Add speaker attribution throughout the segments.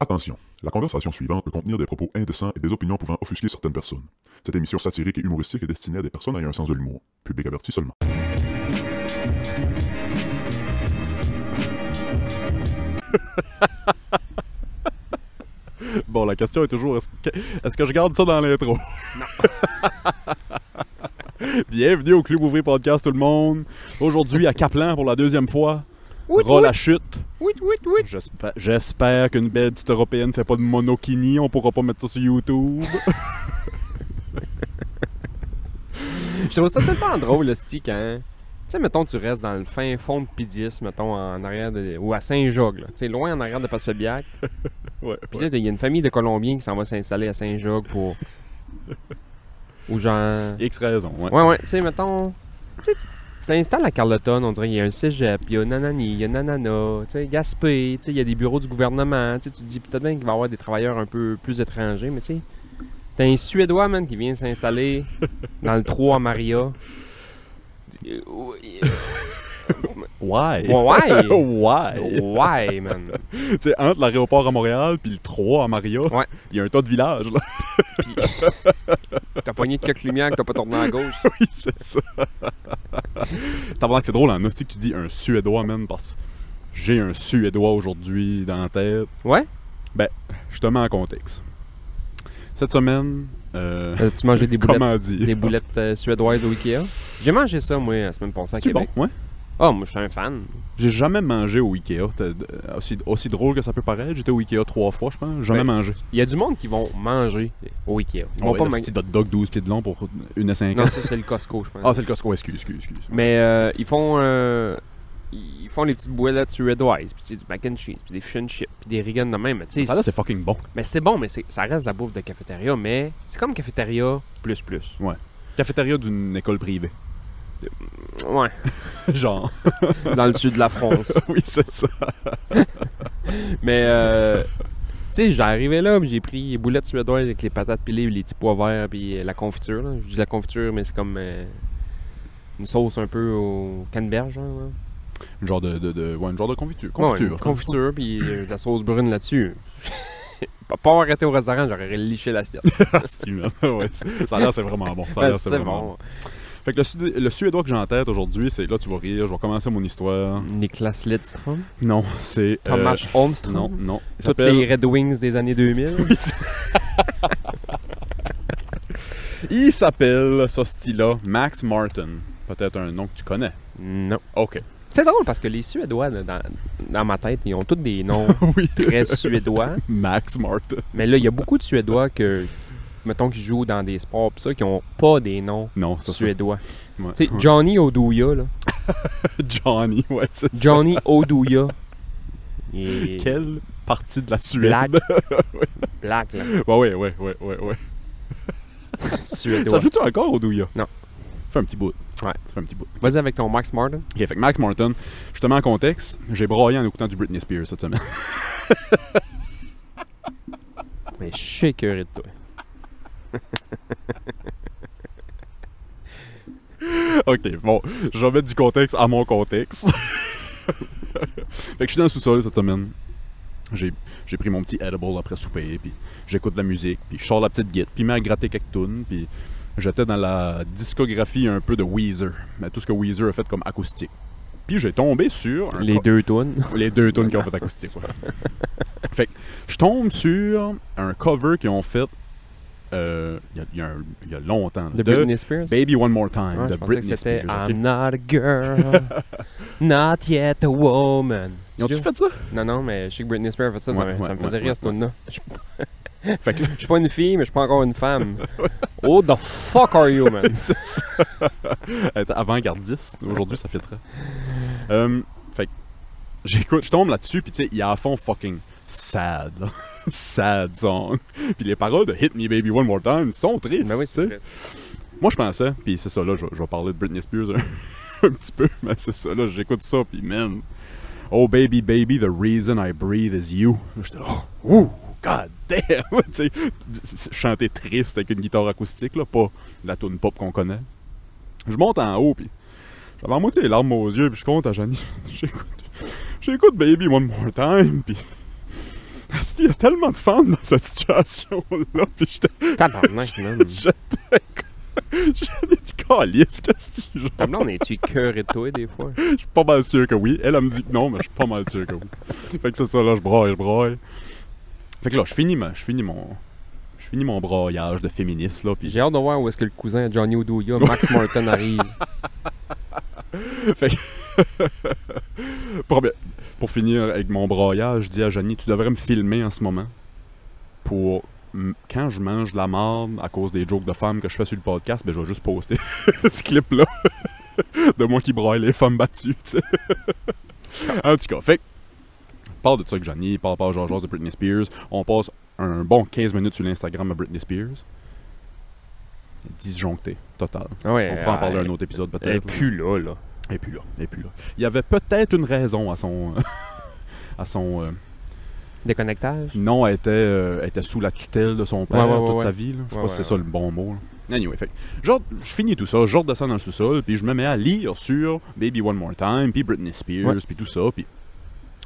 Speaker 1: Attention, la conversation suivante peut contenir des propos indécents et des opinions pouvant offusquer certaines personnes. Cette émission satirique et humoristique est destinée à des personnes ayant un sens de l'humour. Public averti seulement.
Speaker 2: Bon, la question est toujours est-ce que, est-ce que je garde ça dans l'intro Bienvenue au Club Ouvrier Podcast, tout le monde. Aujourd'hui à Caplan pour la deuxième fois.
Speaker 3: Oui,
Speaker 2: Ras
Speaker 3: oui,
Speaker 2: la chute.
Speaker 3: oui, oui, oui.
Speaker 2: J'espère, j'espère qu'une belle petite européenne fait pas de monokini. On pourra pas mettre ça sur YouTube.
Speaker 3: Je trouve ça tout le temps drôle, aussi, quand... Tu sais, mettons, tu restes dans le fin fond de P10, mettons, en arrière de... Ou à Saint-Jogues, là. Tu sais, loin en arrière de Passepébiac.
Speaker 2: ouais,
Speaker 3: Puis là, il y a une famille de Colombiens qui s'en va s'installer à Saint-Jogues pour... Ou genre...
Speaker 2: X raison. Ouais.
Speaker 3: Ouais, ouais, tu sais, mettons... Tu sais, tu t'installes à Carleton, on dirait qu'il y a un cégep, il y a Nanani, il y a Nanana, tu sais, Gaspé, tu sais, il y a des bureaux du gouvernement, tu sais, tu te dis peut-être bien qu'il va y avoir des travailleurs un peu plus étrangers, mais tu sais, t'as un Suédois, man, qui vient s'installer dans le 3 à Maria. Euh,
Speaker 2: Why?
Speaker 3: Ouais, Oh.
Speaker 2: Why?
Speaker 3: ouais, ouais, man.
Speaker 2: Tu sais, entre l'aéroport à Montréal puis le 3 à Maria, il
Speaker 3: Ouais.
Speaker 2: y a un tas de villages. Là.
Speaker 3: Puis, t'as pogné de quelques lumières que t'as pas tourné à gauche.
Speaker 2: Oui, c'est ça. Tabarnak, c'est drôle en hostie que tu dis un Suédois, man, parce que j'ai un Suédois aujourd'hui dans la tête.
Speaker 3: Ouais?
Speaker 2: Je te mets en contexte. Cette semaine, euh,
Speaker 3: Euh, tu mangeais des boulettes,
Speaker 2: comment dire
Speaker 3: des boulettes euh, suédoises au Ikea? J'ai mangé ça, moi, la semaine passée à
Speaker 2: C'est bon,
Speaker 3: Québec.
Speaker 2: ouais.
Speaker 3: Oh, moi, je suis un fan.
Speaker 2: J'ai jamais mangé au Ikea. T'as- euh, Aussi, aussi drôle que ça peut paraître, j'étais au Ikea trois fois, je pense. Jamais
Speaker 3: Ben,
Speaker 2: mangé.
Speaker 3: Il y a du monde qui vont manger au Ikea. Ah Ils vont
Speaker 2: Ouais,
Speaker 3: pas
Speaker 2: le
Speaker 3: manger.
Speaker 2: petit hot dog 12 pieds de long pour une à 5
Speaker 3: Non, ça, c'est le Costco, je pense.
Speaker 2: Ah, c'est le Costco, excuse, excuse, excuse.
Speaker 3: Mais euh, ils font euh, ils font les petites boulettes suédoises, puis tu sais, du mac and cheese, puis des fish and chips, puis des riganes de même. mais tu sais,
Speaker 2: Ça là, c'est fucking bon.
Speaker 3: mais c'est bon, mais c'est- ça reste de la bouffe de cafétéria, mais c'est comme cafétéria plus plus.
Speaker 2: Cafétéria d'une école privée.
Speaker 3: Ouais,
Speaker 2: Genre.
Speaker 3: dans le sud de la France.
Speaker 2: oui, c'est ça.
Speaker 3: Mais, euh, tu sais, j'arrivais là, puis j'ai pris les boulettes suédoises avec les patates pilées, les petits pois verts, puis euh, la confiture. là. Je dis la confiture, mais c'est comme euh, une sauce un peu au canneberge. genre, ouais.
Speaker 2: Une genre de, de, de- ouais, une genre de confiture.
Speaker 3: Ouais,
Speaker 2: Confiture.
Speaker 3: une confiture, puis euh, de la sauce brune là-dessus. pas, pas arrêté au restaurant, j'aurais liché l'assiette.
Speaker 2: Asti, man. hein. Ouais, c'est- ça a l'air, c'est vraiment bon. Ça a l'air, c'est
Speaker 3: Ben, c'est
Speaker 2: vraiment bon.
Speaker 3: bon.
Speaker 2: Fait que le, Sud- le Suédois que j'ai en tête aujourd'hui, c'est là, tu vas rire, je vais commencer mon histoire.
Speaker 3: Niklas Lidström,
Speaker 2: Non, c'est. euh,
Speaker 3: Euh, Thomas Holmström,
Speaker 2: Non, non. Il
Speaker 3: toutes
Speaker 2: s'appelle-
Speaker 3: les Red Wings des années 2000.
Speaker 2: Il s'appelle, ce style-là, Max Martin. Peut-être un nom que tu connais.
Speaker 3: non.
Speaker 2: Ok.
Speaker 3: C'est drôle parce que les Suédois, là, dans, dans ma tête, ils ont tous des noms
Speaker 2: Oui.
Speaker 3: très suédois.
Speaker 2: Max Martin.
Speaker 3: Mais là, il y a beaucoup de Suédois que, mettons, qui jouent dans des sports pis ça, qui ont pas des noms
Speaker 2: Non, ça c'est.
Speaker 3: suédois.
Speaker 2: Ouais.
Speaker 3: Tu sais, Johnny Oduya, là.
Speaker 2: Johnny, ouais, c'est ça.
Speaker 3: Johnny Oduya. Il est
Speaker 2: Quelle partie de la Suède
Speaker 3: black. black, là.
Speaker 2: Ouais, ouais, ouais, ouais, ouais. ouais.
Speaker 3: Suédois.
Speaker 2: Ça joue-tu encore au Douya
Speaker 3: Non.
Speaker 2: Fais un petit bout.
Speaker 3: Ouais.
Speaker 2: Fais un petit bout.
Speaker 3: Vas-y avec ton Max Martin.
Speaker 2: Ok, fait que Max Martin, justement en contexte, j'ai broyé en écoutant du Britney Spears cette semaine.
Speaker 3: Mais je suis écoeuré de toi.
Speaker 2: ok, bon, je vais mettre du contexte à mon contexte. fait que je suis dans le sous-sol cette semaine. J'ai, j'ai pris mon petit edible après souper, puis j'écoute de la musique, puis je sors la petite guide, puis il m'a gratté quelques tunes, puis j'étais dans la discographie un peu de Weezer, mais tout ce que Weezer a fait comme acoustique. Puis j'ai tombé sur un
Speaker 3: Les
Speaker 2: co-
Speaker 3: deux tonnes.
Speaker 2: les deux tunes qui ont fait acoustique. ouais. fait que je tombe sur un cover qu'ils ont fait euh, il y a- il y, a un- il y a longtemps. là,
Speaker 3: De Britney Spears.
Speaker 2: Baby One More Time
Speaker 3: Ouais,
Speaker 2: de
Speaker 3: je pensais que
Speaker 2: Britney
Speaker 3: c'était
Speaker 2: Spears. ok?
Speaker 3: I'm not a girl, not yet a woman.
Speaker 2: Ils ont-tu
Speaker 3: C'est
Speaker 2: fait ça?
Speaker 3: Non, non, mais je sais que Britney Spears a fait ça, ça,
Speaker 2: Ouais,
Speaker 3: me- ça
Speaker 2: ouais,
Speaker 3: me faisait
Speaker 2: ouais,
Speaker 3: rire, ce
Speaker 2: ouais,
Speaker 3: tune-là. Je
Speaker 2: Fait que là,
Speaker 3: je suis pas une fille, mais je suis pas encore une femme. oh, the fuck are you, man?
Speaker 2: être avant-gardiste, aujourd'hui ça filtrait. Euh, fait que j'écoute, je tombe là-dessus, puis tu sais, il y a à fond fucking sad. là. sad song. Puis les paroles de Hit Me Baby One More Time sont tristes.
Speaker 3: mais Ben oui,
Speaker 2: tu sais.
Speaker 3: c'est triste.
Speaker 2: Moi, je pensais, puis c'est ça, là, je, je vais parler de Britney Spears un, un petit peu, mais c'est ça, là, j'écoute ça, puis man, oh baby, baby, the reason I breathe is you. Là, J'étais là, oh, ouh, god damn, tu sais, c- chanter triste avec une guitare acoustique, là, pas la tune pop qu'on connaît. Je monte en haut, puis j'avais à moitié les larmes aux yeux, puis je compte à Janie, j'écoute, j'écoute Baby One More Time, puis Asti, Il y a tellement de femmes dans cette situation-là, puis j'étais
Speaker 3: Tabarnak, man.
Speaker 2: J'étais. J'en ai dit, calice, qu'est-ce que tu
Speaker 3: Ta blonde, es-tu écœurée de toi des fois?
Speaker 2: Je suis pas mal sûr que oui. Elle, elle me dit que non, mais je suis pas mal sûr que oui. Fait que c'est ça, là, je braille, je braille. Fait que là, je finis, ma, je finis mon. Je finis mon braillage de féministe, là. Puis
Speaker 3: J'ai hâte de voir où est-ce que le cousin à Johnny Oduya, Max Martin, arrive.
Speaker 2: Pour, pour finir avec mon broyage, je dis à Johnny, tu devrais me filmer en ce moment pour m- quand je mange de la marde à cause des jokes de femmes que je fais sur le podcast, ben je vais juste poster ce clip là de moi qui broille les femmes battues. tu sais. en tout cas, fait que, parle de ça avec Johnny, parle pas George de Britney Spears, on passe un bon 15 minutes sur l'Instagram à Britney Spears. Disjoncté, total.
Speaker 3: Ah ouais,
Speaker 2: On pourra en parler
Speaker 3: euh,
Speaker 2: un autre épisode peut-être.
Speaker 3: Elle
Speaker 2: là.
Speaker 3: pue là, là.
Speaker 2: Et puis là, et puis là. Il y avait peut-être une raison à son. à son. euh,
Speaker 3: Déconnectage?
Speaker 2: non, elle était, euh, elle était sous la tutelle de son père
Speaker 3: Ouais, ouais, ouais,
Speaker 2: toute
Speaker 3: ouais.
Speaker 2: sa vie. là. Je sais
Speaker 3: Ouais,
Speaker 2: pas si
Speaker 3: ouais,
Speaker 2: c'est ça le bon mot. là. Anyway, fait que genre, je finis tout ça, je redescends dans le sous-sol, puis je me mets à lire sur Baby One More Time, puis Britney Spears,
Speaker 3: Ouais.
Speaker 2: puis tout ça, puis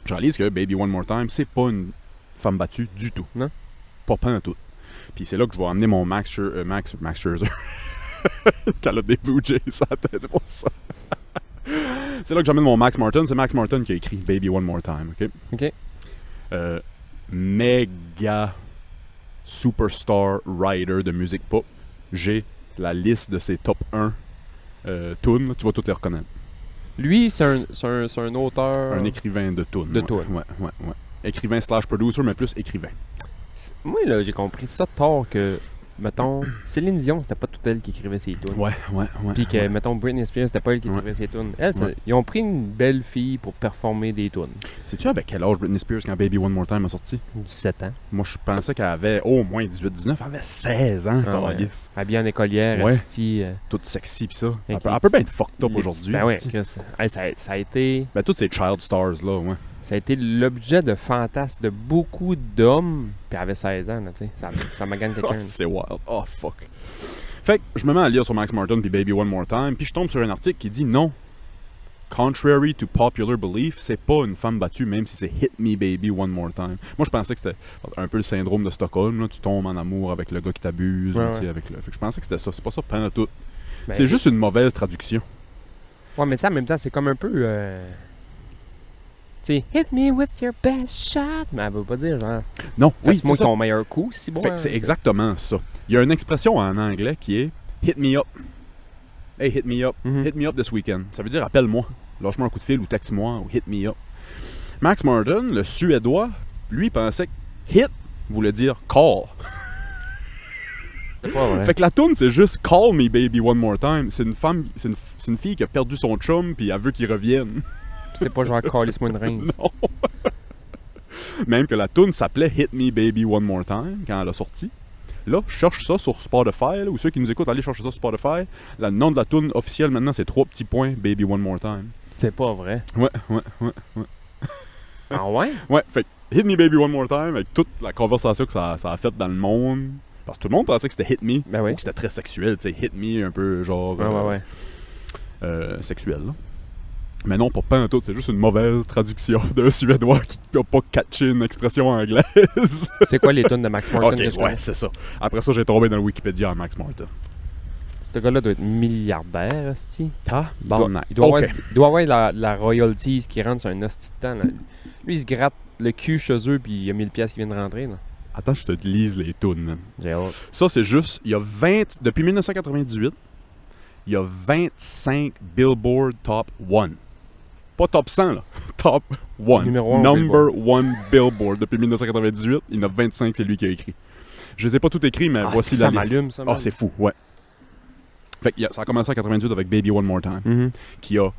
Speaker 2: je réalise que Baby One More Time, c'est pas une femme battue du tout.
Speaker 3: Non.
Speaker 2: Pas pas en tout. Puis c'est là que je vais amener mon Max, Scher- euh, Max, Max Scherzer. Une calotte des Blue Jays à la tête, c'est pour ça. c'est là que j'amène mon Max Martin. C'est Max Martin qui a écrit Baby One More Time, OK?
Speaker 3: OK.
Speaker 2: Euh, méga superstar writer de musique pop. J'ai la liste de ses top 1 euh, tunes. là. Tu vas tout les reconnaître.
Speaker 3: Lui, c'est un, c'est un, c'est un auteur.
Speaker 2: Un écrivain de tunes.
Speaker 3: De
Speaker 2: ouais,
Speaker 3: tunes.
Speaker 2: Ouais, ouais, ouais. Écrivain slash producer, mais plus écrivain.
Speaker 3: C'est- Moi, là, j'ai compris ça tard que, mettons, Céline Dion, c'était pas tout elle qui écrivait ses tunes.
Speaker 2: Ouais, ouais, ouais.
Speaker 3: Puis que, mettons, Britney Spears, c'était pas elle qui
Speaker 2: Ouais.
Speaker 3: écrivait ses tunes. Elle, c'est-
Speaker 2: Ouais.
Speaker 3: ils ont pris une belle fille pour performer des tunes.
Speaker 2: Sais-tu avec quel âge Britney Spears quand Baby One More Time a sorti?
Speaker 3: 17 ans.
Speaker 2: Moi, je pensais qu'elle avait au moins 18-19. Elle avait 16 ans,
Speaker 3: Ah ouais.
Speaker 2: câlisse.
Speaker 3: Habillée en écolière,
Speaker 2: Ouais.
Speaker 3: asti, euh,
Speaker 2: toute sexy pis ça. Elle
Speaker 3: Avec
Speaker 2: peut,
Speaker 3: les
Speaker 2: elle peut
Speaker 3: petits-
Speaker 2: bien être fucked up
Speaker 3: les
Speaker 2: aujourd'hui.
Speaker 3: Ben ouais,
Speaker 2: esti.
Speaker 3: Chris. Hey, ça, a- ça a été,
Speaker 2: Ben, toutes ces child stars là, ouais.
Speaker 3: ça a été l'objet de fantasmes de beaucoup d'hommes. Puis elle avait 16 ans, là, tu sais. Ça, ça magane
Speaker 2: Oh,
Speaker 3: quelqu'un. là.
Speaker 2: c'est wild. Oh fuck. Fait que je me mets à lire sur Max Martin puis Baby One More Time, puis je tombe sur un article qui dit non. Contrary to popular belief, c'est pas une femme battue même si c'est Hit Me Baby One More Time. Moi je pensais que c'était un peu le syndrome de Stockholm là, tu tombes en amour avec le gars qui t'abuse,
Speaker 3: Ouais,
Speaker 2: ou, tu sais,
Speaker 3: ouais.
Speaker 2: avec le. Fait que je pensais que c'était ça, c'est pas ça pendant tout.
Speaker 3: Ben,
Speaker 2: c'est juste une mauvaise traduction.
Speaker 3: Ouais, mais ça, en même temps, c'est comme un peu. euh, Tu sais, hit me with your best shot. Mais elle veut pas dire, genre,
Speaker 2: Non, oui,
Speaker 3: fais-moi
Speaker 2: c'est ça.
Speaker 3: ton meilleur coup, si bon. hein.
Speaker 2: Fait que c'est exactement ça. Il y a une expression en anglais qui est hit me up. Hey, hit me up.
Speaker 3: Hum. Mhm.
Speaker 2: Hit me up this weekend. Ça veut dire appelle-moi. Lâche-moi un coup de fil ou texte-moi ou hit me up. Max Martin, le Suédois, lui pensait que hit voulait dire call.
Speaker 3: C'est pas vrai.
Speaker 2: Fait que la tune c'est juste call me baby one more time. C'est une femme, c'est une, c'est une fille qui a perdu son chum puis elle veut qu'il revienne.
Speaker 3: C'est pas genre, calisse-moi une reine.
Speaker 2: Non. Même que la tune s'appelait Hit Me Baby One More Time quand elle a sorti. Là, je cherche ça sur Spotify, là, ou ceux qui nous écoutent, allez chercher ça sur Spotify. Le nom de la tune officielle maintenant, c'est trois petits points Baby One More Time.
Speaker 3: C'est pas vrai.
Speaker 2: Ouais, ouais, ouais.
Speaker 3: Ah ouais?
Speaker 2: Ouais, fait que Hit Me Baby One More Time, avec toute la conversation que ça, ça a faite dans le monde. Parce que tout le monde pensait que c'était Hit Me.
Speaker 3: Ben oui.
Speaker 2: Ou que c'était très sexuel, tu sais, Hit Me, un peu genre.
Speaker 3: Ouais, ouais,
Speaker 2: euh,
Speaker 3: ouais.
Speaker 2: euh, sexuel. là. Mais non, pas pas en tout, c'est juste une mauvaise traduction d'un Suédois qui n'a pas catché une expression anglaise.
Speaker 3: C'est quoi les tunes de Max Martin
Speaker 2: ok,
Speaker 3: que je
Speaker 2: ouais,
Speaker 3: connais?
Speaker 2: c'est ça. Après ça, j'ai tombé dans le Wikipédia en Max Martin.
Speaker 3: Ce gars-là doit être milliardaire, hostie.
Speaker 2: Ta
Speaker 3: Il doit, il doit avoir, il doit avoir la, la royalties qui rentre sur un hostie de temps. là. Lui, il se gratte le cul chez eux, puis il y a 1000 pièces qui viennent rentrer. Là.
Speaker 2: Attends, je te lise les tunes, man.
Speaker 3: J'ai hâte.
Speaker 2: Ça, c'est juste, il y a 20... Depuis 1998, il y a 25 Billboard Top 1. Pas top 100, là. Top 1.
Speaker 3: Numéro un au
Speaker 2: Number 1 Billboard. Depuis 1998, il y en a 25, c'est lui qui a écrit. Je les ai pas tout écrits, mais
Speaker 3: Ah,
Speaker 2: Euh, voici
Speaker 3: c'est que
Speaker 2: la
Speaker 3: ça
Speaker 2: liste.
Speaker 3: m'allume, ça.
Speaker 2: Ah,
Speaker 3: man.
Speaker 2: c'est fou, ouais. Fait que y a- ça a commencé en 98 avec Baby One More Time,
Speaker 3: Mhm.
Speaker 2: qui a,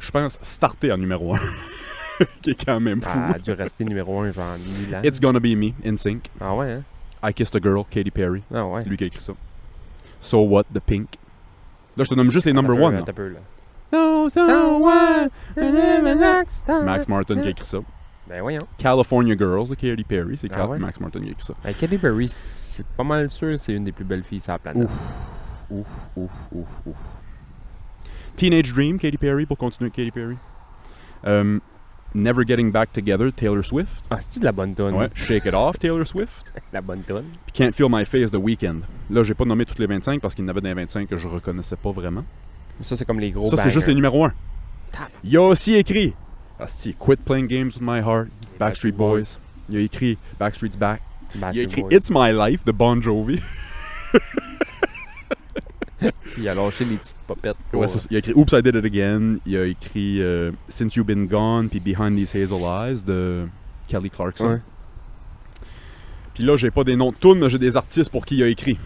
Speaker 2: je pense, starté en numéro 1. qui est quand même fou.
Speaker 3: Ah, elle a dû rester numéro 1 genre 1000 ans.
Speaker 2: It's Gonna Be Me, NSYNC.
Speaker 3: Ah ouais, hein?
Speaker 2: I Kissed a Girl, Katy Perry.
Speaker 3: Ah ouais.
Speaker 2: C'est lui qui a écrit ça. So What, The Pink. Là, je te nomme juste les number
Speaker 3: Attends
Speaker 2: one.
Speaker 3: un peu, attends un peu, là.
Speaker 2: No, so what? Max
Speaker 3: Max
Speaker 2: Martin qui a écrit ça.
Speaker 3: Ben voyons.
Speaker 2: California Girls, de Katy Perry. C'est
Speaker 3: Ah
Speaker 2: Cal-
Speaker 3: ouais?
Speaker 2: Max Martin qui a écrit ça.
Speaker 3: Ben, Katy Perry, c'est pas mal sûr, c'est une des plus belles filles sur la planète.
Speaker 2: Ouf. Ouf, ouf, ouf, ouf. Teenage Dream, Katy Perry, pour continuer avec Katy Perry. Euh, Never Getting Back Together, Taylor Swift.
Speaker 3: Ah, c'est-tu de la bonne tonne?
Speaker 2: Ouais. Shake It Off, Taylor Swift.
Speaker 3: La bonne tonne.
Speaker 2: Puis Can't Feel My Face, The Weeknd. Là, j'ai pas nommé toutes les 25 parce qu'il y en avait des 25 que je reconnaissais pas vraiment.
Speaker 3: Ça, c'est comme les gros
Speaker 2: Ça, c'est juste le
Speaker 3: numéros.
Speaker 2: numéro 1.
Speaker 3: Tabarnak.
Speaker 2: Il a aussi écrit Asti, Quit Playing Games with My Heart, Backstreet
Speaker 3: Backstreet
Speaker 2: Boys. Il a écrit Backstreet's Back.
Speaker 3: Back
Speaker 2: Il a
Speaker 3: to
Speaker 2: écrit
Speaker 3: Boy.
Speaker 2: It's My Life de Bon Jovi.
Speaker 3: Il a lâché les petites popettes. pour-
Speaker 2: Ouais, c'est ça. il a écrit Oops, I Did It Again. Il a écrit euh, Since You've Been Gone puis Behind These Hazel Eyes de Kelly Clarkson.
Speaker 3: Ouais.
Speaker 2: Puis là, j'ai pas des noms de tunes, mais j'ai des artistes pour qui il a écrit.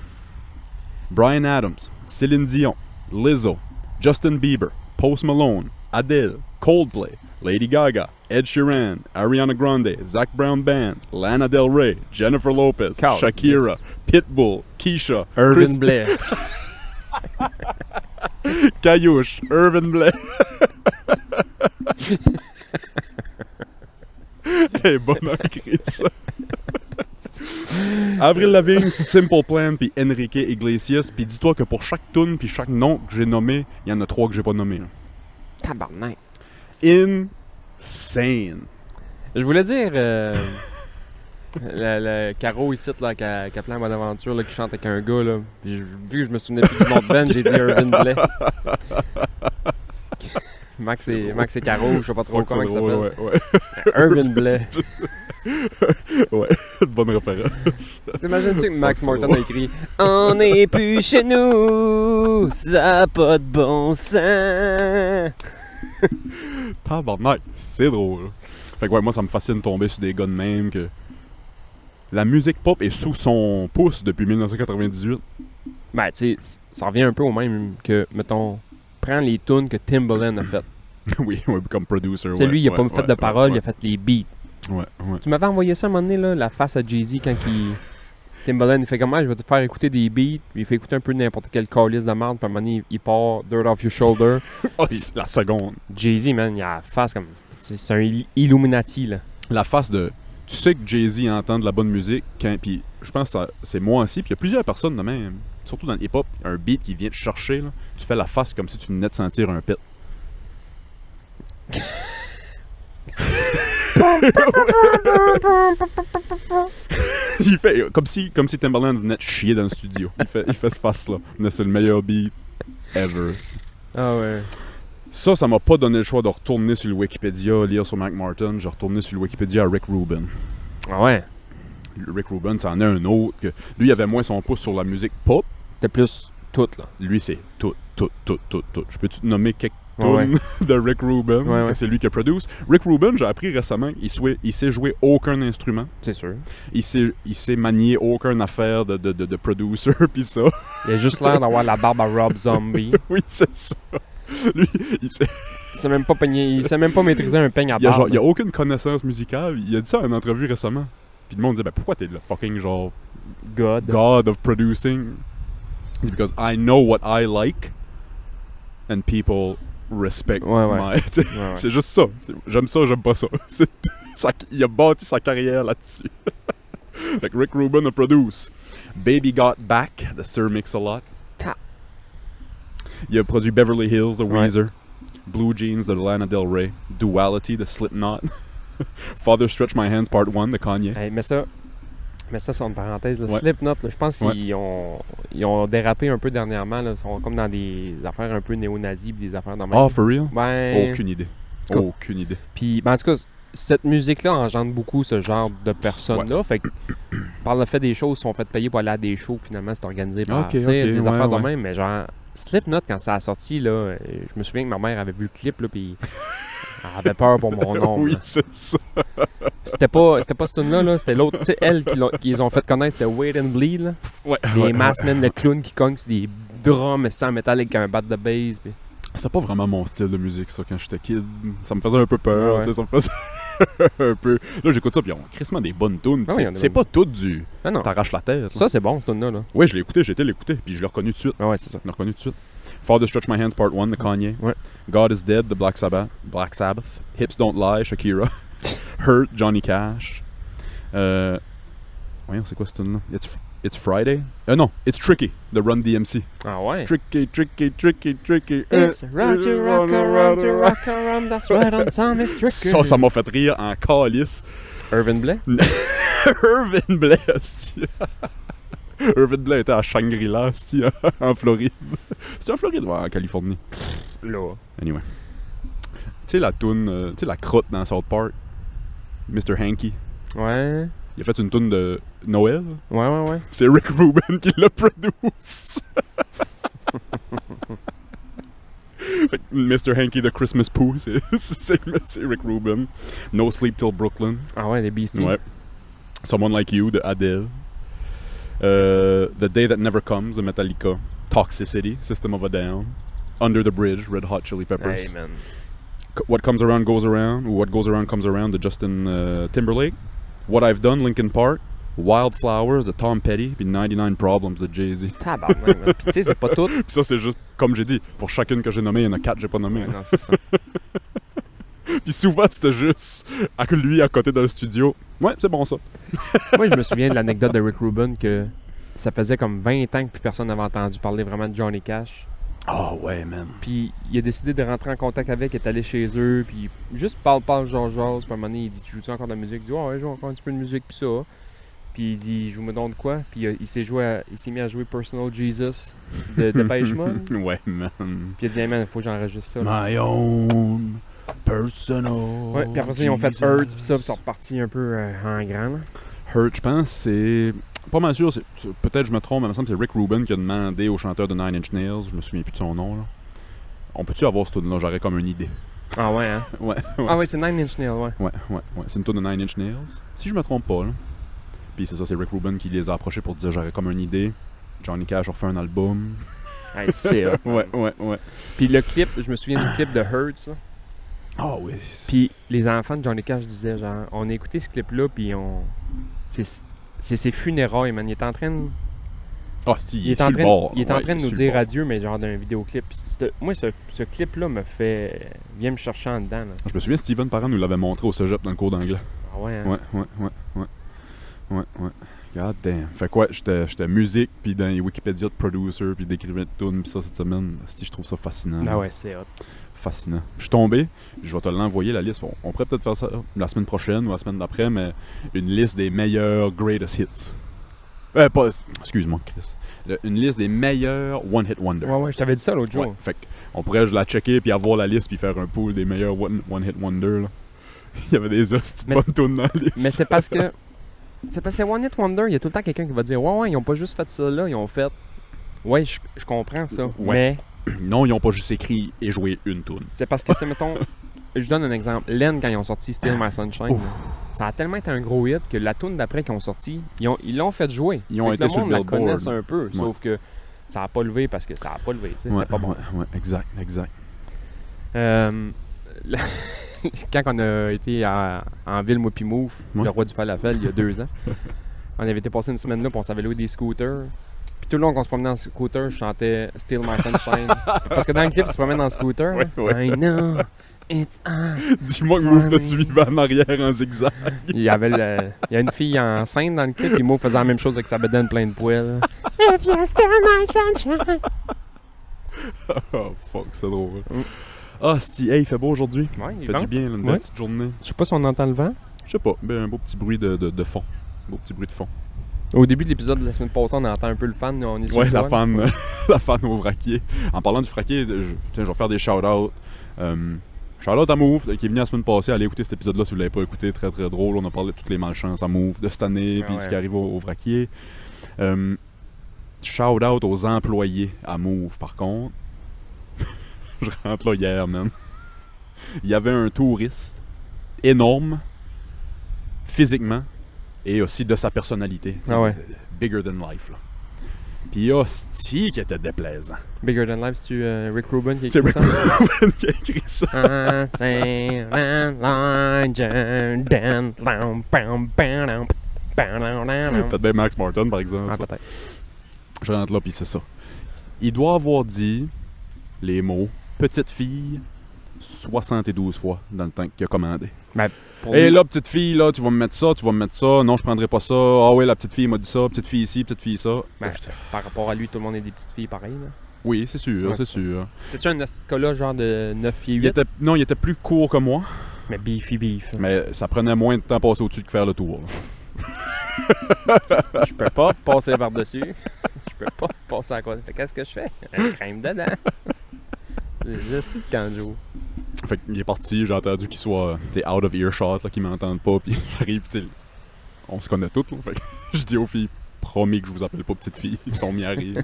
Speaker 2: Brian Adams, Céline Dion, Lizzo, Justin Bieber, Post Malone, Adele, Coldplay, Lady Gaga, Ed Sheeran, Ariana Grande, Zach Brown Band, Lana Del Rey, Jennifer Lopez,
Speaker 3: Carl,
Speaker 2: Shakira, Pitbull, Keisha,
Speaker 3: Irvin
Speaker 2: Chris-
Speaker 3: Blair.
Speaker 2: Caillouche, Irvin Blais. hey, bonhomme écrit ça. Avril Lavigne, Simple Plan, puis Enrique Iglesias. Puis dis-toi que pour chaque tune puis chaque nom que j'ai nommé, il y en a trois que j'ai pas nommé. hein. là.
Speaker 3: Tabarnak.
Speaker 2: Insane.
Speaker 3: Je voulais dire. euh, le, le Caro ici, là, qui a, qui a plein bonne aventure, là, qui chante avec un gars, là. Puis je- vu que je me souvenais plus du nom de Ben, j'ai dit Urban Blay. Max
Speaker 2: C'est
Speaker 3: et,
Speaker 2: drôle.
Speaker 3: Max et Caro, je sais pas trop
Speaker 2: Fuck,
Speaker 3: comment
Speaker 2: c'est
Speaker 3: il
Speaker 2: drôle,
Speaker 3: s'appelle.
Speaker 2: ouais, ouais.
Speaker 3: Urban Blay.
Speaker 2: Bonne référence.
Speaker 3: T'imagines-tu que Max
Speaker 2: c'est
Speaker 3: Morton
Speaker 2: drôle.
Speaker 3: a écrit On n'est plus chez nous, ça a pas de bon sens.
Speaker 2: Tabarnak, c'est drôle. Fait que ouais, moi ça me fascine de tomber sur des gars de même que la musique pop est sous son pouce depuis 1998.
Speaker 3: Ben, tu sais, ça revient un peu au même que, mettons, prends les tunes que Timbaland a faites.
Speaker 2: oui, ouais, comme producer.
Speaker 3: Tu sais, lui, il a pas fait de paroles, il a fait les beats.
Speaker 2: fait. Ouais, ouais.
Speaker 3: Tu m'avais envoyé ça un moment donné, là, la face à Jay-Z quand il. Timbaland, il fait comment Je vais te faire écouter des beats. Puis il fait écouter un peu n'importe quel calice de merde. Puis à un moment donné, il- il part Dirt Off Your Shoulder.
Speaker 2: Ah, c'est la seconde.
Speaker 3: Jay-Z, man, il a la face comme. C'est c'est un il- Illuminati, là.
Speaker 2: La face de. Tu sais que Jay-Z entend de la bonne musique, quand, puis je pense que ça- c'est moi aussi, puis il y a plusieurs personnes de même, surtout dans le hip-hop, il y a un beat qui vient te chercher, là, tu fais la face comme si tu venais de sentir un pet. il fait comme si, comme si Timberland venait de chier dans le studio. Il fait, il fait cette face-là. Mais c'est le meilleur beat ever.
Speaker 3: Ah ouais.
Speaker 2: Ça, ça m'a pas donné le choix de retourner sur le Wikipédia, lire sur Mac Martin. J'ai retourné sur le Wikipédia à Rick Rubin.
Speaker 3: Ah ouais.
Speaker 2: Rick Rubin, ça en est un autre. Que, lui, il avait moins son pouce sur la musique pop.
Speaker 3: C'était plus tout, là.
Speaker 2: Lui, c'est tout, tout, tout, tout, tout. Je peux-tu te nommer quelques
Speaker 3: Ouais, Ah ouais.
Speaker 2: tunes de Rick Rubin?
Speaker 3: Ouais, ouais.
Speaker 2: C'est lui qui a produit. Rick Rubin, j'ai appris récemment qu'il sait, il sait jouer aucun instrument.
Speaker 3: C'est sûr.
Speaker 2: Il sait, il sait manier aucune affaire de, de, de, de producer, pis ça.
Speaker 3: Il a juste l'air d'avoir la barbe à Rob Zombie.
Speaker 2: Oui, c'est ça. Lui, il, sait-
Speaker 3: Il sait même pas, peigner- il sait même pas maîtriser un peigne à
Speaker 2: il a, genre-
Speaker 3: barbe.
Speaker 2: il a aucune connaissance musicale. Il a dit ça à une entrevue récemment. Puis le monde disait, ben pourquoi t'es le fucking genre
Speaker 3: God.
Speaker 2: god of producing is because I know what I like and people respect
Speaker 3: Ouais, ouais.
Speaker 2: my. tu sais,
Speaker 3: Ouais, ouais.
Speaker 2: C'est juste ça. C'est- J'aime ça, j'aime pas ça. C'est tout. Ça- Il a bâti sa carrière là-dessus. fait que Rick Rubin a produit Baby Got Back de Sir Mix-a-Lot.
Speaker 3: Ta-
Speaker 2: Il a produit Beverly Hills de
Speaker 3: Ouais.
Speaker 2: Weezer, Blue Jeans de Lana Del Rey, Duality de Slipknot, Father Stretch My Hands Part 1 de Kanye.
Speaker 3: Hey, mais ça, mais ça, c'est une parenthèse. Le
Speaker 2: Ouais.
Speaker 3: Slipknot, là, je pense
Speaker 2: Ouais.
Speaker 3: qu'ils ont, ils ont dérapé un peu dernièrement. Là, ils sont comme dans des affaires un peu néo-nazis, puis des affaires dans
Speaker 2: Oh, for real?
Speaker 3: Ben,
Speaker 2: Aucune idée.
Speaker 3: cas-
Speaker 2: Aucune idée.
Speaker 3: puis, ben, en tout cas, c- cette musique-là engendre beaucoup ce genre de personnes-là. Fait que, par le fait des choses, ils sont fait payer pour aller à des shows. Finalement, c'est organisé par
Speaker 2: Ok,
Speaker 3: tu sais,
Speaker 2: ok,
Speaker 3: des
Speaker 2: ouais,
Speaker 3: affaires
Speaker 2: ouais.
Speaker 3: de même. Mais genre, Slipknot, quand ça a sorti, là, euh, je me souviens que ma mère avait vu le clip, là, puis elle avait peur pour mon nom.
Speaker 2: oui, c'est ça.
Speaker 3: C'était pas, c'était pas ce tune-là, là, c'était l'autre. Tu sais, elle qui l'ont- qui les ont fait connaître, c'était Wait and Bleed. Là.
Speaker 2: Ouais.
Speaker 3: Les masses, man, le clown qui cogne sur des drums sans métal avec un bat de base. Puis...
Speaker 2: C'était pas vraiment mon style de musique, ça, quand j'étais kid. Ça me faisait un peu peur,
Speaker 3: Ouais.
Speaker 2: tu sais, ça me faisait un peu... Là, j'écoute ça, puis ils ont crissement des bonnes tunes.
Speaker 3: Ah oui,
Speaker 2: c'est-
Speaker 3: il y en a
Speaker 2: c'est
Speaker 3: des
Speaker 2: pas tout du...
Speaker 3: Non, non.
Speaker 2: T'arraches la tête.
Speaker 3: Ça, c'est bon, ce tune-là. Là.
Speaker 2: Ouais, je l'ai écouté, j'ai été l'écouter, puis je l'ai reconnu tout de suite.
Speaker 3: Ah ouais, c'est ça.
Speaker 2: Je l'ai reconnu tout de suite. Father Stretch My Hands Part 1 de Kanye.
Speaker 3: Ah, Ouais.
Speaker 2: God is Dead de Black Sabbath. Black Sabbath. Hips Don't Lie, Shakira. Hurt, Johnny Cash. Euh... Voyons, c'est quoi cette tune-là? Y a-tu It's Friday. Euh, non, It's Tricky de Run DMC.
Speaker 3: Ah ouais?
Speaker 2: Tricky, tricky, tricky, tricky. Euh,
Speaker 3: It's rock you rock around you rock around, that's right on time, it's tricky.
Speaker 2: Ça, ça m'a fait rire en calice.
Speaker 3: Irvin Blais?
Speaker 2: Irvin Blais, hostie. Irvin Blais était à Shangri-La, hostie, en Floride. C'était en Floride, ouais, en Californie.
Speaker 3: Là.
Speaker 2: Anyway. Tu sais la toune, euh, tu sais la crotte dans South Park? Mr. Hanky.
Speaker 3: Ouais.
Speaker 2: Il a fait une toune de Noël.
Speaker 3: Ouais, ouais, ouais.
Speaker 2: C'est Rick Rubin qui l'a produce. Fait que Mr. Hanky de Christmas Pooh, c'est c'est- c'est Rick Rubin. No Sleep Till Brooklyn.
Speaker 3: Ah ouais, des Beasties.
Speaker 2: Ouais. Someone Like You de Adele. Euh, the Day That Never Comes de Metallica. Toxicity, System of a Down. Under the Bridge, Red Hot Chili Peppers.
Speaker 3: Hey, man.
Speaker 2: C- What Comes Around Goes Around, ou What Goes Around Comes Around de Justin euh, Timberlake. What I've Done, Linkin Park. Wildflowers de Tom Petty, puis 99 Problems de Jay-Z.
Speaker 3: Tabarnak, man. Puis tu sais, c'est pas tout.
Speaker 2: Puis ça, c'est juste, comme j'ai dit, pour chacune que j'ai nommée, il y en a quatre que j'ai pas nommées.
Speaker 3: Ouais, non, c'est ça.
Speaker 2: Puis souvent, c'était juste à lui à côté dans le studio. Ouais, c'est bon ça.
Speaker 3: Moi, je me souviens de l'anecdote de Rick Rubin que ça faisait comme 20 ans que plus personne n'avait entendu parler vraiment de Johnny Cash.
Speaker 2: Oh ouais, man.
Speaker 3: Puis il a décidé de rentrer en contact avec, est allé chez eux, puis juste parle, parle, genre, genre. Puis à un moment donné, il dit Tu joues-tu encore de la musique Il dit Ouais, ouais, je joue encore un petit peu de musique, puis ça. Puis il dit Joue-moi donc de quoi Puis euh, il s'est joué à- il s'est mis à jouer Personal Jesus de Dépêche Mode.
Speaker 2: ouais, man.
Speaker 3: Puis il a dit Hey man, faut que j'enregistre ça. là.
Speaker 2: My own personal.
Speaker 3: Ouais, puis après ça, ils ont fait Hurt, puis ça, puis ils sont repartis un peu euh, en grand. là.
Speaker 2: Hurt, je pense, c'est. Pas mal sûr, c'est- c'est- peut-être je me trompe, mais il me semble que c'est Rick Rubin qui a demandé au chanteur de Nine Inch Nails, je me souviens plus de son nom, là. On peut-tu avoir cette tune-là J'aurais comme une idée.
Speaker 3: Ah ouais, hein
Speaker 2: Ouais, ouais.
Speaker 3: Ah ouais, c'est Nine Inch Nails, ouais.
Speaker 2: Ouais, ouais, ouais. C'est une tune de Nine Inch Nails. Si je me trompe pas, là. Puis c'est ça, c'est Rick Rubin qui les a approchés pour dire j'aurais comme une idée. Johnny Cash a refait un album.
Speaker 3: Hey, c'est hot.
Speaker 2: Ouais, ouais, ouais.
Speaker 3: Puis le clip, je me souviens du clip de Hurts. là.
Speaker 2: Ah oui.
Speaker 3: Puis les enfants de Johnny Cash disaient genre, on a écouté ce clip-là, puis on. C'est c'est ses funérailles, man. Il est en train de,
Speaker 2: Ah, c'est
Speaker 3: il est
Speaker 2: sur
Speaker 3: en
Speaker 2: le
Speaker 3: train,
Speaker 2: bord,
Speaker 3: il est
Speaker 2: là.
Speaker 3: en
Speaker 2: Ouais,
Speaker 3: train de
Speaker 2: il est
Speaker 3: nous
Speaker 2: sur le
Speaker 3: dire
Speaker 2: bord.
Speaker 3: adieu, mais genre d'un vidéoclip. Puis c'est- Moi, ce, ce clip-là me fait. vient me chercher en dedans, man.
Speaker 2: Je me souviens, Steven Parent nous l'avait montré au cégep dans le cours d'anglais.
Speaker 3: Ah ouais, hein?
Speaker 2: Ouais, ouais, ouais, ouais. Ouais, ouais. God damn. Fait quoi, j'étais j'étais musique, puis dans les Wikipédia de producer, puis d'écrivain de tunes, puis ça cette semaine. Si je trouve ça fascinant.
Speaker 3: Ah ouais, c'est hot.
Speaker 2: Fascinant. Je suis tombé, je vais te l'envoyer la liste. Bon, on pourrait peut-être faire ça la semaine prochaine ou la semaine d'après, mais une liste des meilleurs greatest hits. Euh, pas. Excuse-moi, Chris. Le- une liste des meilleurs One Hit Wonder.
Speaker 3: Ouais, ouais, je t'avais dit ça l'autre jour.
Speaker 2: Ouais, fait que on pourrait la checker puis avoir la liste puis faire un pool des meilleurs One, one Hit Wonder. Là. Il y avait des hosties de
Speaker 3: Mais
Speaker 2: bonnes tunes dans la liste.
Speaker 3: Mais c'est parce que. C'est parce que One Hit Wonder, il y a tout le temps quelqu'un qui va dire Ouais, ouais, ils ont pas juste fait ça là, ils ont fait. Ouais, je, je comprends ça.
Speaker 2: Ouais.
Speaker 3: Mais
Speaker 2: Non, ils ont pas juste écrit et joué une tune.
Speaker 3: c'est parce que, tu sais, mettons, je donne un exemple. Len, quand ils ont sorti Still My Sunshine, là, ça a tellement été un gros hit que la tune d'après qu'ils ont sorti, ils ont- ils l'ont fait jouer.
Speaker 2: Ils ont
Speaker 3: Fait que
Speaker 2: été sur
Speaker 3: monde
Speaker 2: le
Speaker 3: la
Speaker 2: Billboard.
Speaker 3: connaisse un peu, sauf que ça a pas levé parce que ça a pas levé, tu sais, c'était pas bon.
Speaker 2: Ouais, ouais, exact, exact.
Speaker 3: Euh, la- quand on a été à- en ville, moi puis Mouf,
Speaker 2: Ouais.
Speaker 3: le roi du falafel, il y a deux ans, on avait été passer une semaine là, puis on s'avait loué des scooters. Puis tout le long qu'on se promenait en scooter, je chantais Still My Sunshine. Parce que dans le clip, il se promène en scooter.
Speaker 2: Ouais,
Speaker 3: là.
Speaker 2: ouais.
Speaker 3: I know, it's on.
Speaker 2: Dis-moi que Move te
Speaker 3: Sorry.
Speaker 2: suivait en arrière en zigzag.
Speaker 3: Il y avait le- il y a une fille enceinte dans le clip, puis Mouf faisait la même chose avec sa bedaine pleine de poils.
Speaker 4: If you're still my sunshine.
Speaker 2: Oh fuck, c'est drôle.
Speaker 3: Mm.
Speaker 2: Ah, sti, hey, il fait beau aujourd'hui.
Speaker 3: Ouais, il
Speaker 2: Fait du
Speaker 3: est bon.
Speaker 2: bien, là, une
Speaker 3: Ouais.
Speaker 2: belle petite journée.
Speaker 3: Je sais pas si on entend le vent.
Speaker 2: Je sais pas, ben, un beau petit bruit de, de, de fond. Beau petit bruit de fond.
Speaker 3: Au début de l'épisode de la semaine passée, on entend un peu le fan. On est sur
Speaker 2: Ouais,
Speaker 3: le
Speaker 2: la
Speaker 3: toit.
Speaker 2: fan, la fan au vraquier. En parlant du vraquier, je, tiens, je vais faire des shout-outs. Euh, shout-out à Move, là, qui est venu la semaine passée. Allez écouter cet épisode-là si vous l'avez pas écouté. Très, très drôle. On a parlé de toutes les malchances à Move de cette année,
Speaker 3: Ah
Speaker 2: puis
Speaker 3: ouais.
Speaker 2: ce qui arrive au, au vraquier. Euh, shout-out aux employés à Move, par contre. je rentre là hier, man. Il y avait un touriste énorme, physiquement, et aussi de sa personnalité.
Speaker 3: Ah ouais.
Speaker 2: Bigger than life, là. Puis hostie qui était déplaisant.
Speaker 3: Bigger Than Life, c'est-tu euh, Rick Rubin qui a
Speaker 2: C'est
Speaker 3: écrit ça?
Speaker 2: qui a écrit ça.
Speaker 3: Ah,
Speaker 2: Peut-être bien Max Martin, par exemple. ça.
Speaker 3: peut-être.
Speaker 2: Je rentre là, puis c'est ça. Il doit avoir dit les mots « petite fille »,« 72 fois dans le temps qu'il a commandé.
Speaker 3: Pour
Speaker 2: Et
Speaker 3: nous-
Speaker 2: là, petite fille, là, tu vas me mettre ça, tu vas me mettre ça. Non, je prendrai pas ça. Ah ouais, la petite fille m'a dit ça. Petite fille ici, petite fille ça.
Speaker 3: Ben,
Speaker 2: J'étais-
Speaker 3: Par rapport à lui, tout le monde est des petites filles pareilles. là.
Speaker 2: oui, c'est sûr,
Speaker 3: Ouais,
Speaker 2: c'est
Speaker 3: c'est
Speaker 2: sûr.
Speaker 3: C'est-tu un hostie de colas genre de 9 pieds
Speaker 2: Il
Speaker 3: 8?
Speaker 2: était, non, il était plus court que moi,
Speaker 3: Mais beefy beef.
Speaker 2: mais ça prenait moins de temps à passer au-dessus que faire le tour. là.
Speaker 3: Je peux pas passer par-dessus. Je peux pas passer à côté. Fait qu'est-ce que je fais? Une crème dedans. Les hosties de canjo.
Speaker 2: Fait qu'il est parti, j'ai entendu qu'il soit euh, t'sais, out of earshot, là, qu'il m'entende pas, puis j'arrive, pis t'sais, on se connaît toutes, là, fait que je dis aux filles, promis que je vous appelle pas petite fille, ils sont mis à rire.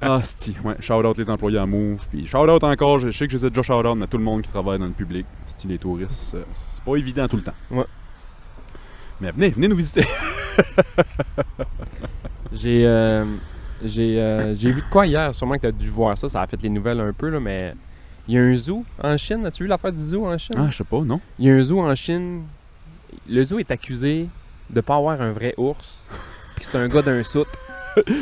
Speaker 2: ah, c'ti, ouais, shout out les employés à Move, puis shout out encore, je sais que je les ai déjà shout out, mais tout le monde qui travaille dans le public, c'ti, les touristes, euh, c'est pas évident tout le temps.
Speaker 3: Ouais.
Speaker 2: Mais venez, venez nous visiter.
Speaker 3: J'ai euh, j'ai euh, j'ai vu de quoi hier, sûrement que t'as dû voir ça, ça a fait les nouvelles un peu là, mais il y a un zoo en Chine, as-tu vu l'affaire du zoo en Chine
Speaker 2: Ah, je sais pas, non?
Speaker 3: Il y a un zoo en Chine. Le zoo est accusé de pas avoir un vrai ours, puis c'est un gars d'un soute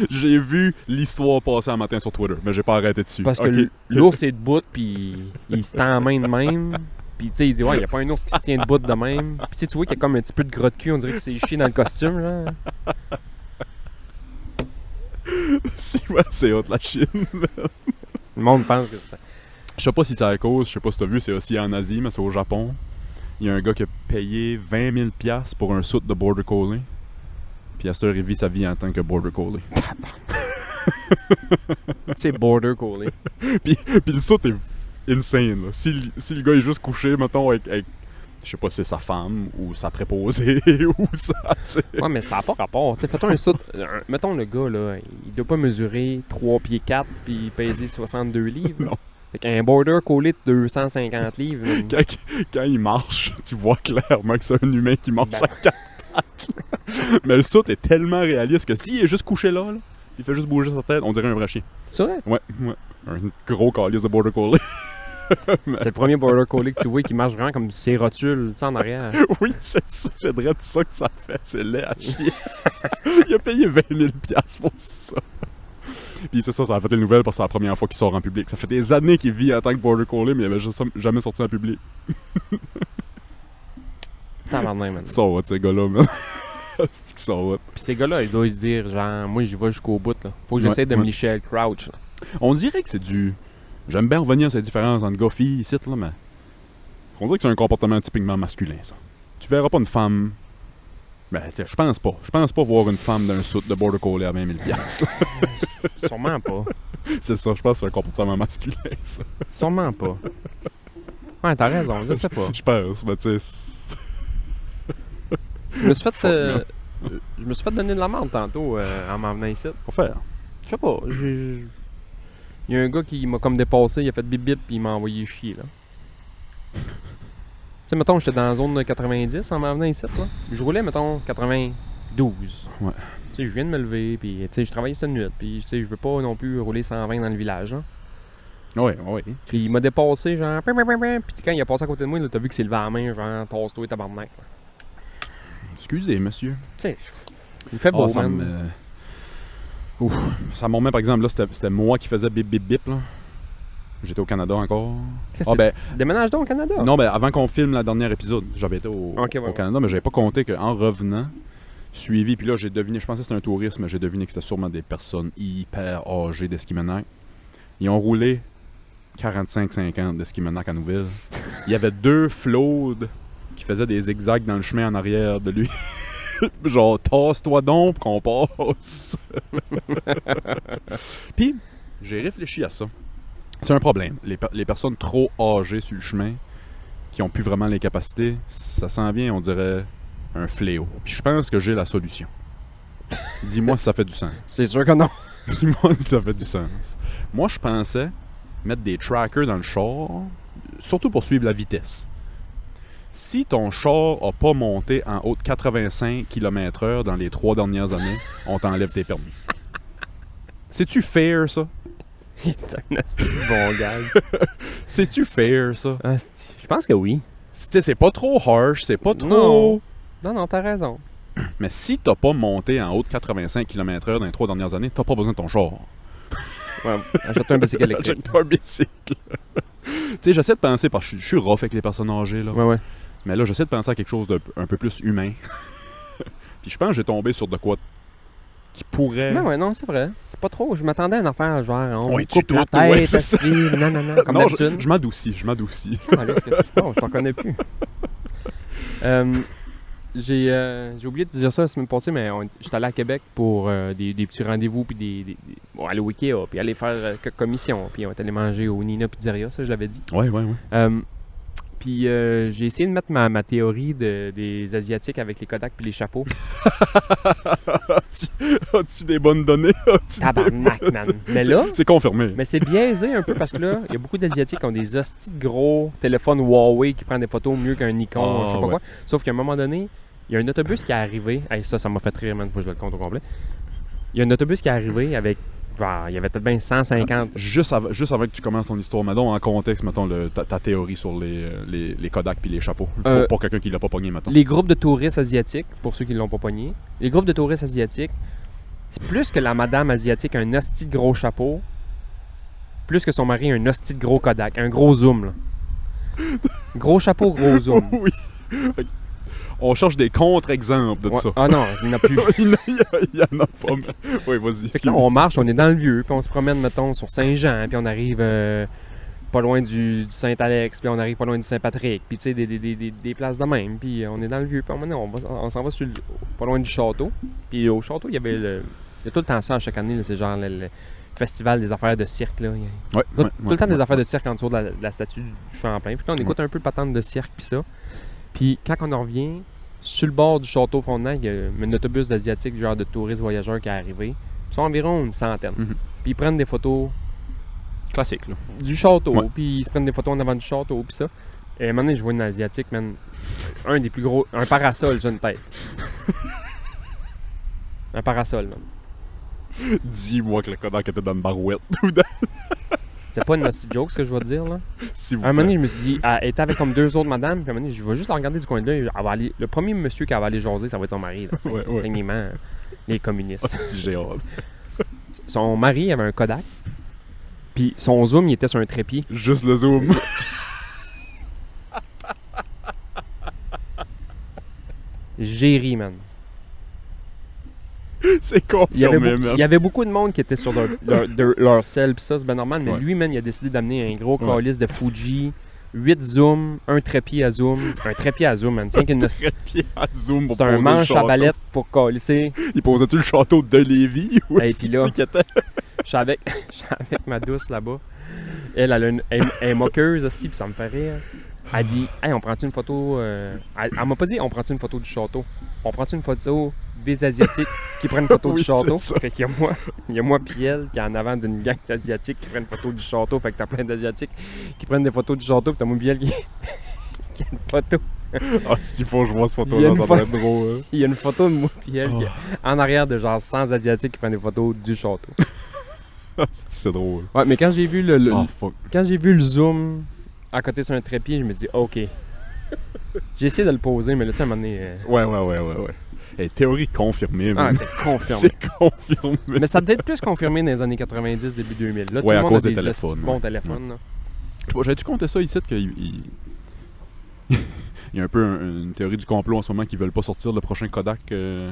Speaker 2: J'ai vu l'histoire passer un matin sur Twitter, mais j'ai pas arrêté dessus.
Speaker 3: parce que
Speaker 2: Ok.
Speaker 3: l- l'ours est debout puis il se tend en main de même. Puis tu sais, il dit ouais, il y a pas un ours qui se tient debout de même. Puis tu sais, tu vois qu'il y a comme un petit peu de grotte cul, on dirait que c'est chié dans le costume genre.
Speaker 2: Si, ouais, c'est hot la Chine.
Speaker 3: Le monde pense que ça.
Speaker 2: Je sais pas si c'est à cause, je sais pas si t'as vu, c'est aussi en Asie, mais c'est au Japon. Il y a un gars qui a payé 20 000 piastres pour un soute de Border Collie. Puis à cette heure, il vit sa vie en tant que Border Collie.
Speaker 3: C'est border collie.
Speaker 2: Puis le soute est insane, là. Si, le- si le gars est juste couché, mettons, avec... avec- je sais pas si c'est sa femme ou sa préposée ou ça, tu sais.
Speaker 3: Ouais, mais ça n'a pas rapport. Tu sais, Fais-toi un saut. un- Mettons le gars, là, il doit pas mesurer 3 pieds 4 puis peser 62 livres.
Speaker 2: Non.
Speaker 3: Fait qu'un border collé de 250 livres. ben, man.
Speaker 2: Quand, quand il marche, tu vois clairement que c'est un humain qui marche
Speaker 3: Ben.
Speaker 2: à quatre pattes. Mais le soute est tellement réaliste que s'il est juste couché là, là, il fait juste bouger sa tête, on dirait un vrai chien.
Speaker 3: C'est vrai?
Speaker 2: Ouais, ouais. Un gros calice de Border Collie.
Speaker 3: C'est le premier border collie que tu vois qui marche vraiment comme ses rotules, tu sais, en arrière.
Speaker 2: oui, c'est ça, c'est vrai de ça que ça fait. C'est laid à chier. Il a payé 20 000 piastres pour ça. Puis c'est ça, ça a fait les nouvelles parce que c'est la première fois qu'il sort en public. Ça fait des années qu'il vit en tant que Border Collie, mais il avait juste- jamais sorti en public.
Speaker 3: Tabarnak, man.
Speaker 2: Ils sont hot, ces gars-là, man. C'est qu'ils sont hot.
Speaker 3: Puis ces gars-là, ils doivent se dire, genre, moi, j'y vais jusqu'au bout, là. Faut que j'essaie
Speaker 2: Ouais,
Speaker 3: de
Speaker 2: ouais.
Speaker 3: me licher à le crouch, là.
Speaker 2: On dirait que c'est du. J'aime bien revenir sur la différence entre gars-filles ici, là, mais. On dirait que c'est un comportement typiquement masculin, ça. Tu verras pas une femme. Ben, t'sais, je pense pas. Je pense pas voir une femme d'un soute de border collie à 20 000 piastres, là.
Speaker 3: Sûrement pas.
Speaker 2: C'est ça, je pense que c'est un comportement masculin, ça.
Speaker 3: Sûrement pas. Ouais, t'as raison, je sais pas.
Speaker 2: Je pense, mais tu sais.
Speaker 3: Je me suis fait.
Speaker 2: Fuck,
Speaker 3: euh, je me suis fait donner de la merde tantôt euh, en m'en venant ici.
Speaker 2: Pour faire.
Speaker 3: Je sais pas. j'ai- j'ai- Il y a un gars qui m'a comme dépassé, il a fait bip bip puis il m'a envoyé chier là. Tu sais, mettons, j'étais dans la zone de 90 en m'en venant ici, là. Je roulais, mettons, 92.
Speaker 2: Ouais.
Speaker 3: Tu sais, je viens de me lever, puis tu sais, je travaille cette nuit, puis tu sais, je veux pas non plus rouler 120 dans le village, là.
Speaker 2: Ouais, ouais.
Speaker 3: Puis il m'a dépassé, genre, pim, pim, pim, pim. puis quand il a passé à côté de moi, là, t'as vu que c'est levé à la main, genre, tasse-toi, tabarnak. là.
Speaker 2: Excusez, monsieur.
Speaker 3: Tu sais, il fait beau,
Speaker 2: Ah, ça
Speaker 3: man.
Speaker 2: me. Ouf. Ça me remet, par exemple, là, c'était c'était moi qui faisais bip bip bip, là. J'étais au Canada encore.
Speaker 3: Ça,
Speaker 2: Ah,
Speaker 3: c'était-
Speaker 2: ben,
Speaker 3: Déménage donc au Canada.
Speaker 2: Non, mais avant qu'on filme la dernière épisode, j'avais été au,
Speaker 3: Ok, ouais,
Speaker 2: au
Speaker 3: ouais.
Speaker 2: Canada, mais j'avais pas compté qu'en revenant, suivi, puis là, j'ai deviné, je pensais que c'était un touriste, mais j'ai deviné que c'était sûrement des personnes hyper âgées d'Esquimenac. Ils ont roulé 45-50 d'Esquimenac à Nouvelle. Il y avait deux flodes qui faisaient des zigzags dans le chemin en arrière de lui. Genre, tasse-toi donc pour qu'on passe. puis, j'ai réfléchi à ça. C'est un problème. Les, per- les personnes trop âgées sur le chemin, qui ont plus vraiment les capacités, ça s'en vient, on dirait, un fléau. Puis je pense que j'ai la solution. Dis-moi si ça fait du sens.
Speaker 3: C'est sûr que non.
Speaker 2: Dis-moi si ça fait du sens. Moi, je pensais mettre des trackers dans le char, surtout pour suivre la vitesse. Si ton char a pas monté en haut de 85 km/h dans les trois dernières années, on t'enlève tes permis. C'est-tu fair, ça?
Speaker 3: c'est un asti de bon gars.
Speaker 2: C'est-tu fair, ça?
Speaker 3: Asti, Ah, Je pense que oui.
Speaker 2: C'était- C'est pas trop harsh, c'est pas trop...
Speaker 3: Non, non, t'as raison.
Speaker 2: Mais si t'as pas monté en haut de 85 km/h dans les trois dernières années, t'as pas besoin de ton char.
Speaker 3: Ouais, achète un bicycle électrique.
Speaker 2: Achète-toi un bicycle. Tu sais, j'essaie de penser, parce que je suis- je suis rough avec les personnes âgées, là.
Speaker 3: Ouais, ouais.
Speaker 2: Mais là, j'essaie de penser à quelque chose d'un un peu plus humain. Puis je pense que j'ai tombé sur de quoi qui pourrait.
Speaker 3: Non, Ben ouais, non, c'est vrai. C'est pas trop. Je m'attendais à une affaire genre, on
Speaker 2: Ouais, tu
Speaker 3: coupe la
Speaker 2: doutes, ouais,
Speaker 3: tête,
Speaker 2: c'est ça.
Speaker 3: assis, non, non, non, comme
Speaker 2: Non,
Speaker 3: d'habitude.
Speaker 2: je, je m'adoucis, je m'adoucis.
Speaker 3: Qu'est-ce que c'est bon? Je t'en connais plus. Euh, j'ai, euh, j'ai oublié de dire ça la semaine passée, mais on- j'étais allé à Québec pour euh, des, des petits rendez-vous, puis des, des- des- bon, aller au Ikea, puis aller faire euh, quelques commissions, puis on est allé manger au Nina Pizzeria, ça je l'avais dit.
Speaker 2: Ouais, ouais, ouais.
Speaker 3: Euh, puis euh, j'ai essayé de mettre ma, ma théorie de- des Asiatiques avec les Kodak puis les chapeaux.
Speaker 2: As-tu des bonnes données? As-tu des-
Speaker 3: Tabarnak, man! Mais Ben là,
Speaker 2: C'est confirmé.
Speaker 3: Mais c'est biaisé un peu parce que là, il y a beaucoup d'Asiatiques qui ont des hosties de gros téléphones Huawei qui prennent des photos mieux qu'un Nikon,
Speaker 2: Ah,
Speaker 3: je sais pas
Speaker 2: ouais.
Speaker 3: quoi. Sauf qu'à un moment donné, il y a un autobus qui est arrivé. Hey, ça, ça m'a fait rire, man. Faut que je le compte au complet. Il y a un autobus qui est arrivé avec. bah, il y avait peut-être bien 150.
Speaker 2: Juste, av- juste avant que tu commences ton histoire, mettons en contexte, mettons le- ta, ta théorie sur les, euh, les, les Kodak puis les chapeaux. Pour-
Speaker 3: Euh,
Speaker 2: Pour, quelqu'un qui l'a pas pogné, mettons.
Speaker 3: Les groupes de touristes asiatiques, pour ceux qui l'ont pas pogné, les groupes de touristes asiatiques, c'est plus que la madame asiatique a un hostie de gros chapeau, plus que son mari a un hostie de gros Kodak, un gros zoom, là. Gros chapeau, gros zoom.
Speaker 2: On cherche des contre-exemples de
Speaker 3: Ouais.
Speaker 2: ça.
Speaker 3: Ah non, il n'y en a plus.
Speaker 2: il y en a pas. mais- Oui, vas-y.
Speaker 3: Fait que
Speaker 2: excuse.
Speaker 3: là, on marche, on est dans le vieux, puis on se promène, mettons, sur Saint-Jean, puis on arrive euh, pas loin du, du Saint-Alex, puis on arrive pas loin du Saint-Patrick, puis tu sais, des, des, des, des- des places de même, puis on est dans le vieux, puis à un moment donné, on, va- on s'en va sur le- pas loin du château, puis au château, il y avait le... Il y a tout le temps ça à chaque année, là, c'est genre le, le festival des affaires de cirque, là. Il y a-
Speaker 2: Ouais, ouais,
Speaker 3: tout, tout
Speaker 2: ouais,
Speaker 3: le temps des
Speaker 2: ouais.
Speaker 3: affaires de cirque en dessous de la, de la statue du Champlain. Puis là, on écoute un peu patente de cirque, puis ça. Puis quand on en revient, sur le bord du château Frontenac, il y a un autobus d'Asiatiques, genre de touristes voyageurs qui est arrivé. Ils sont environ une centaine.
Speaker 2: Mhm.
Speaker 3: Puis ils prennent des photos
Speaker 2: Classique, là.
Speaker 3: du château,
Speaker 2: Ouais.
Speaker 3: puis ils se prennent des photos en avant du château, puis ça. Et à un moment donné, je vois une Asiatique, man, un des plus gros, un parasol, j'ai une tête. un parasol, man.
Speaker 2: Dis-moi que le Kodak était dans une barouette,
Speaker 3: C'est pas une hostie de joke, ce que je vais te dire, là.
Speaker 2: s'il vous
Speaker 3: À un
Speaker 2: plaît.
Speaker 3: moment donné, je me suis dit, elle était avec comme deux autres madames, puis à un moment donné, je vais juste la regarder du coin de l'œil. elle va aller- Le premier monsieur qui va aller jaser, ça va être son mari, là, tu sais,
Speaker 2: Ouais, ouais.
Speaker 3: techniquement, les communistes.
Speaker 2: Si j'ai hâte.
Speaker 3: Son mari avait un Kodak, puis son zoom, il était sur un trépied.
Speaker 2: Juste le zoom.
Speaker 3: J'ai ri, man.
Speaker 2: C'est
Speaker 3: Il y, avait
Speaker 2: confirmé,
Speaker 3: beaucoup,
Speaker 2: man.
Speaker 3: il y avait beaucoup de monde qui était sur leur, leur, leur- leur sel, puis ça, c'est bien normal, mais
Speaker 2: Ouais.
Speaker 3: lui, man, il a décidé d'amener un gros
Speaker 2: Ouais.
Speaker 3: calice de Fuji, 8 zooms, un trépied à zoom, un trépied à zoom, man. Tiens, qu'une- C'est
Speaker 2: Trépied à zoom pour
Speaker 3: un
Speaker 2: poser le
Speaker 3: manche à
Speaker 2: château.
Speaker 3: balette pour calisser.
Speaker 2: Il posait-tu le château de Lévis? ou
Speaker 3: Hey,
Speaker 2: est-ce
Speaker 3: puis là-
Speaker 2: qu'il était?
Speaker 3: Je suis avec, je suis avec ma douce là-bas. Elle, elle, a une, elle, elle est moqueuse aussi, puis ça me fait rire. Elle dit Hey, on prend-tu une photo euh, Elle, elle m'a pas dit On prend-tu une photo du château On prend-tu une photo des Asiatiques qui prennent une photo
Speaker 2: Oui,
Speaker 3: du château
Speaker 2: c'est ça.
Speaker 3: Fait qu'il y a moi, il y a moi puis elle qui est en avant d'une gang d'Asiatiques qui prennent une photo du château. Fait que t'as plein d'Asiatiques qui prennent des photos du château, puis t'as moi puis elle qui... qui a une photo.
Speaker 2: Ah, s'il faut que je vois ce
Speaker 3: Il y a
Speaker 2: photo-là,
Speaker 3: une
Speaker 2: ça
Speaker 3: photo-
Speaker 2: va être drôle. hein.
Speaker 3: Il y a une photo de moi puis elle qui-
Speaker 2: Oh.
Speaker 3: en arrière de genre 100 Asiatiques qui prennent des photos du château.
Speaker 2: C'est drôle.
Speaker 3: Ouais, mais quand j'ai vu le, le-
Speaker 2: Ah, fuck.
Speaker 3: Quand j'ai vu le zoom à côté sur un trépied, je me dis OK. J'ai essayé de le poser, mais là, tu sais, à un moment donné. euh,
Speaker 2: Ouais, ouais, ouais, ouais, ouais. Hey, théorie confirmée,
Speaker 3: Ah,
Speaker 2: man.
Speaker 3: c'est confirmé.
Speaker 2: C'est confirmé.
Speaker 3: Mais ça devait être plus confirmé dans les années 90, début 2000. Là, tout
Speaker 2: Ouais,
Speaker 3: le
Speaker 2: à
Speaker 3: monde
Speaker 2: cause
Speaker 3: a
Speaker 2: des
Speaker 3: des
Speaker 2: téléphones,
Speaker 3: hosties de bons
Speaker 2: ouais.
Speaker 3: téléphones. là.
Speaker 2: Tu vois, J'avais-tu compté ça ici qu'il il... il y a un peu un- une théorie du complot en ce moment qu'ils veulent pas sortir le prochain Kodak. euh,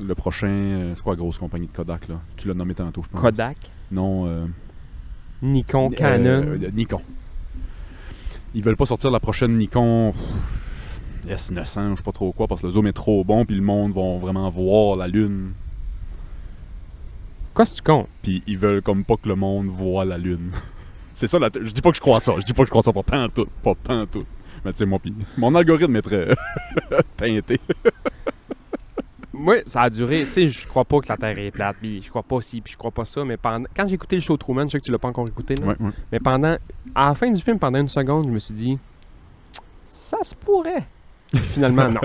Speaker 2: Le prochain. euh, C'est quoi la grosse compagnie de Kodak là Tu l'as nommé tantôt, je pense.
Speaker 3: Kodak,
Speaker 2: Non. euh,
Speaker 3: Nikon,
Speaker 2: euh,
Speaker 3: Canon.
Speaker 2: euh, Nikon. Ils veulent pas sortir la prochaine Nikon pff, S900 ou je sais pas trop quoi parce que le zoom est trop bon puis le monde vont vraiment voir la lune.
Speaker 3: Qu'est-ce que tu comptes
Speaker 2: Puis ils veulent comme pas que le monde voit la lune. C'est ça la th- je dis pas que je crois à ça, je dis pas que je crois à ça pas pantoute, pas pantoute. Mais tu sais moi pis mon algorithme est très teinté.
Speaker 3: Moi, ça a duré. Tu sais, je crois pas que la Terre est plate, puis je crois pas ci, puis je crois pas ça. Mais pendant... quand j'ai écouté le show Truman, je sais que tu l'as pas encore écouté, là,
Speaker 2: ouais.
Speaker 3: mais pendant. À la fin du film, pendant une seconde, je me suis dit Ça se pourrait. Puis Finalement, non.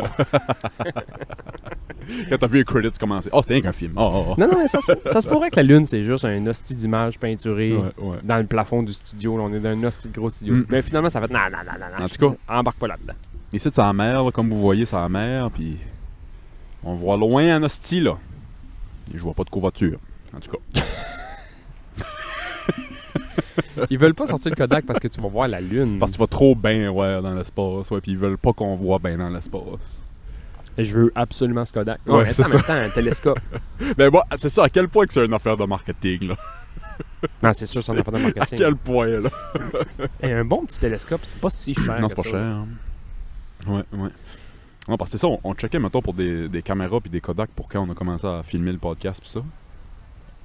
Speaker 2: Quand t'as vu les credits commencer, oh c'était rien qu'un film. Oh, oh, oh.
Speaker 3: Non, non, mais ça, se- ça se pourrait que la Lune, c'est juste un hostie d'image peinturée
Speaker 2: Ouais, ouais.
Speaker 3: dans le plafond du studio. là. on est dans un hostie de gros studio.
Speaker 2: Mm.
Speaker 3: Mais finalement, ça va être. Non, non, non, non, non.
Speaker 2: En tout
Speaker 3: je- Embarque pas là-dedans.
Speaker 2: Ici c'est en mer, là, comme vous voyez, c'est en mer, puis on voit loin en hostie là. Mm. Et je vois pas de couverture. En tout cas.
Speaker 3: Ils veulent pas sortir le Kodak parce que tu vas voir la lune.
Speaker 2: Parce que tu vas trop bien ouais, dans l'espace, ouais, puis ils veulent pas qu'on voit bien dans l'espace.
Speaker 3: Je veux absolument ce Kodak.
Speaker 2: Ouais,
Speaker 3: Ouais, mais
Speaker 2: c'est
Speaker 3: ça, en même temps, un télescope.
Speaker 2: Mais Ben, moi, c'est ça, à quel point que c'est une affaire de marketing, là.
Speaker 3: Non, c'est sûr, ça en a pas de
Speaker 2: À
Speaker 3: marketing.
Speaker 2: quel point, là.
Speaker 3: Et un bon petit télescope, c'est pas si cher.
Speaker 2: non,
Speaker 3: que
Speaker 2: c'est pas
Speaker 3: ça.
Speaker 2: cher. Ouais, ouais. Non, parce que c'est ça, on, on checkait, mettons, pour des, des caméras puis des Kodak pour quand on a commencé à filmer le podcast puis ça.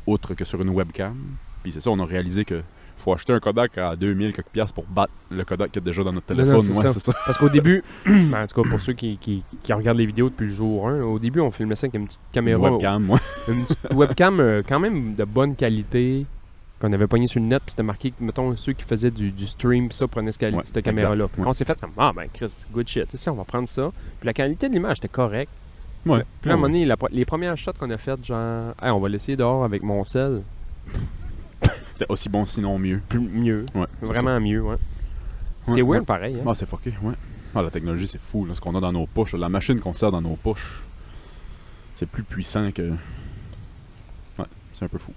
Speaker 2: Autre que sur une webcam. Puis c'est ça, on a réalisé que faut acheter un Kodak à 2000 quelques piastres pour battre le Kodak qu'il y a déjà dans notre
Speaker 3: Non, non,
Speaker 2: téléphone.
Speaker 3: c'est
Speaker 2: ouais,
Speaker 3: ça.
Speaker 2: c'est ça.
Speaker 3: Parce qu'au début, ben, en tout cas pour ceux qui, qui- qui regardent les vidéos depuis le jour 1, au début on filmait ça avec une petite
Speaker 2: Une
Speaker 3: caméra,
Speaker 2: webcam, ouais.
Speaker 3: une petite webcam euh, quand même de bonne qualité qu'on avait pogné sur le net, puis c'était marqué que, mettons, ceux qui faisaient du, du stream, pis ça, prenaient ce quali-
Speaker 2: Ouais,
Speaker 3: cette caméra-là.
Speaker 2: exact, ouais.
Speaker 3: Quand on s'est fait comme, ah ben Chris, good shit, tu sais, on va prendre ça. Puis la qualité de l'image était correcte.
Speaker 2: Ouais.
Speaker 3: Puis là, à un moment donné, la pro- les premières shots qu'on a faites, genre, hey, on va l'essayer dehors avec mon sel,
Speaker 2: C'était aussi bon, sinon mieux.
Speaker 3: plus mieux,
Speaker 2: Ouais, c'est ça.
Speaker 3: vraiment mieux, ouais.
Speaker 2: Ouais,
Speaker 3: C'est weird
Speaker 2: ouais.
Speaker 3: pareil, hein.
Speaker 2: Ah, c'est fucké, ouais. Ah, la technologie, c'est fou, là, ce qu'on a dans nos poches. La machine qu'on sert dans nos poches, c'est plus puissant que. Ouais, c'est un peu fou.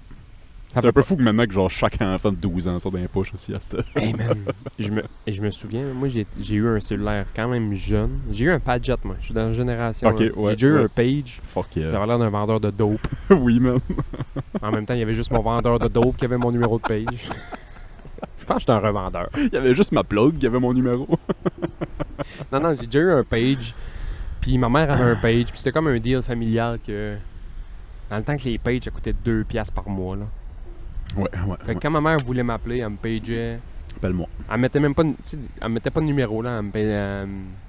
Speaker 3: Ça
Speaker 2: C'est un
Speaker 3: peut
Speaker 2: peu fou que maintenant que genre chaque enfant de 12 ans sort d'un poche aussi à cette.
Speaker 3: Hey man, je me, et je me souviens, moi j'ai j'ai eu un cellulaire quand même jeune. J'ai eu un Padgett, moi. Je suis dans la génération.
Speaker 2: Ok,
Speaker 3: hein.
Speaker 2: ouais,
Speaker 3: j'ai déjà eu
Speaker 2: ouais.
Speaker 3: un Page.
Speaker 2: Fuck
Speaker 3: J'avais
Speaker 2: yeah.
Speaker 3: l'air d'un vendeur de dope.
Speaker 2: oui, man.
Speaker 3: En même temps, il y avait juste mon vendeur de dope qui avait mon numéro de Page. Je pense que j'étais un revendeur.
Speaker 2: Il y avait juste ma plug, il y avait mon numéro.
Speaker 3: Non, non, j'ai déjà eu un Page. Puis ma mère avait un Page. Puis c'était comme un deal familial que. Dans le temps que les Pages, ça coûtait 2$ piastres par mois. Là.
Speaker 2: Ouais, ouais.
Speaker 3: Fait que
Speaker 2: ouais.
Speaker 3: quand ma mère voulait m'appeler, elle me pageait.
Speaker 2: Appelle-moi.
Speaker 3: Elle mettait même pas, de- tu sais, elle mettait pas de numéro, là. Elle me payait euh,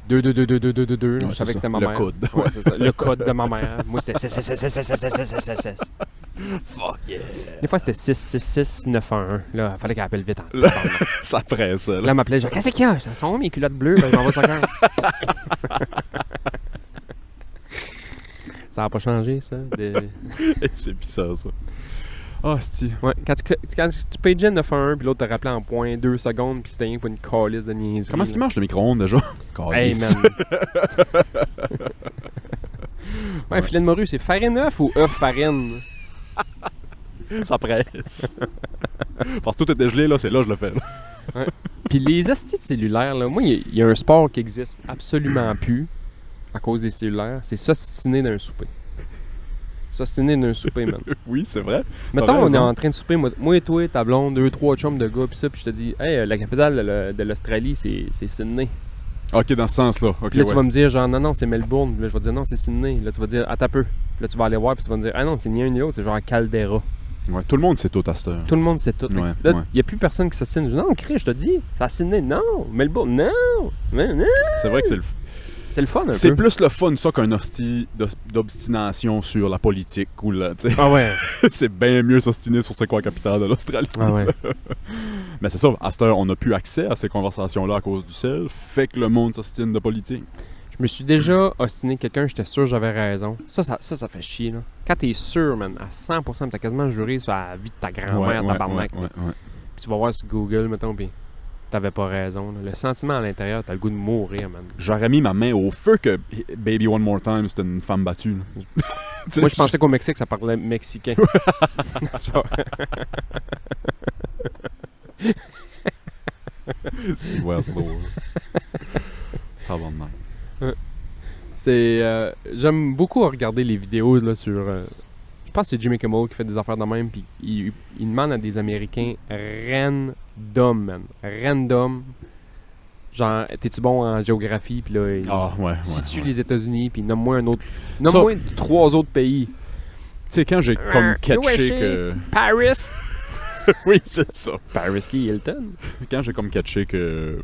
Speaker 3: 2, 2, 2, 2, 2, 2, 2, 2.
Speaker 2: Ouais,
Speaker 3: je savais
Speaker 2: c'est
Speaker 3: que
Speaker 2: ça.
Speaker 3: c'était ma
Speaker 2: Le
Speaker 3: mère.
Speaker 2: code.
Speaker 3: Ouais, c'est ça. Le code de ma mère. Moi, c'était 6, 6, 6, 6, 6, 6, 6, 6, 6.
Speaker 2: Fuck yeah.
Speaker 3: Des fois, c'était 6, 6, 6, 9, 1, 1. Là, fallait qu'elle appelle vite. en-
Speaker 2: Là, ça presse, ça,
Speaker 3: Là,
Speaker 2: là.
Speaker 3: elle m'appelait genre, qu'est-ce qu'il y a? Ça sont où mes culottes bleues? Ben, je m'en vais au soccer. Ça n'a pas changé, ça. de-
Speaker 2: c'est bizarre, ça. Ah, c'est
Speaker 3: Ouais, quand tu, quand tu pageais 9 1 puis l'autre te rappelait en point 2 secondes, puis c'était rien pour une calice de niaiserie.
Speaker 2: Comment est-ce qu'il
Speaker 3: là.
Speaker 2: marche le micro-ondes déjà
Speaker 3: Hey,
Speaker 2: Calisse.
Speaker 3: man. ouais, filet de morue, c'est farine œuf ou œuf farine?
Speaker 2: Ça presse. Parce que tout était gelé, là, c'est là que je le fais. là.
Speaker 3: Puis les astis de cellulaires, là, moi, il y a- il y, a un sport qui existe absolument plus à cause des cellulaires, c'est s'ostiner d'un souper. S'ostiner d'un souper, man.
Speaker 2: Oui, c'est vrai.
Speaker 3: Mettons, on
Speaker 2: raison.
Speaker 3: est en train de souper, moi, moi et toi, ta blonde, deux, trois chums de gars, pis ça, puis je te dis, hey, euh, la capitale de la- de l'Australie, c'est c'est Sydney.
Speaker 2: Ok, dans ce sens-là. Ok,
Speaker 3: Puis là,
Speaker 2: ouais.
Speaker 3: tu vas me dire, genre, non, non, c'est Melbourne. Puis là, je vais te dire, non, c'est Sydney. Là, tu vas dire, attends un peu. Puis là, tu vas aller voir, puis tu vas me dire, ah non, c'est ni un ni l'autre, c'est genre à Caldera.
Speaker 2: Ouais, tout le monde sait tout à cette heure.
Speaker 3: Tout le monde sait tout. Fait que
Speaker 2: Ouais,
Speaker 3: là, il
Speaker 2: ouais.
Speaker 3: n'y a plus personne qui s'assine. Je dis, Non, Chris, je te dis, c'est à Sydney. Non, Melbourne, non. Mais, non.
Speaker 2: C'est vrai que c'est le
Speaker 3: C'est le fun, un
Speaker 2: C'est
Speaker 3: peu.
Speaker 2: plus le fun ça qu'un hostie d'os- d'obstination sur la politique ou là, tu sais.
Speaker 3: Ah ouais.
Speaker 2: c'est bien mieux s'ostiner sur c'est quoi la capitale de l'Australie.
Speaker 3: Ah ouais.
Speaker 2: Mais c'est ça, à cette heure, on n'a plus accès à ces conversations-là à cause du sel, fait que le monde s'ostine de politique.
Speaker 3: Je me suis déjà ostiné quelqu'un, j'étais sûr que j'avais raison. Ça, ça, ça, ça fait chier, là. Quand t'es sûr, man, à 100%, t'as quasiment juré sur la vie de ta grand-mère, Ah, tabarnak.
Speaker 2: ouais, ouais.
Speaker 3: Puis tu vas voir sur Google, mettons, puis t'avais pas raison. là. Le sentiment à l'intérieur, t'as le goût de mourir, man.
Speaker 2: J'aurais mis ma main au feu que Baby One More Time, c'était une femme battue. là. Tu sais,
Speaker 3: Moi, je pensais qu'au Mexique, ça parlait mexicain. C'est pas vrai.
Speaker 2: Ouais, c'est drôle. Tabarnak.
Speaker 3: c'est, euh, j'aime beaucoup regarder les vidéos là, sur. euh, je pense que c'est Jimmy Kimmel qui fait des affaires de même, puis il, il demande à des Américains random, man. Random. Genre, t'es-tu bon en géographie? Puis là, il
Speaker 2: Ah, ouais, ouais.
Speaker 3: situe
Speaker 2: ouais.
Speaker 3: les États-Unis, puis nomme-moi un autre. Nomme-moi trois autres pays.
Speaker 2: Tu sais, quand j'ai
Speaker 3: Euh,
Speaker 2: comme catché que.
Speaker 3: Paris!
Speaker 2: Oui, c'est ça.
Speaker 3: Paris qui Hilton?
Speaker 2: Quand j'ai comme catché que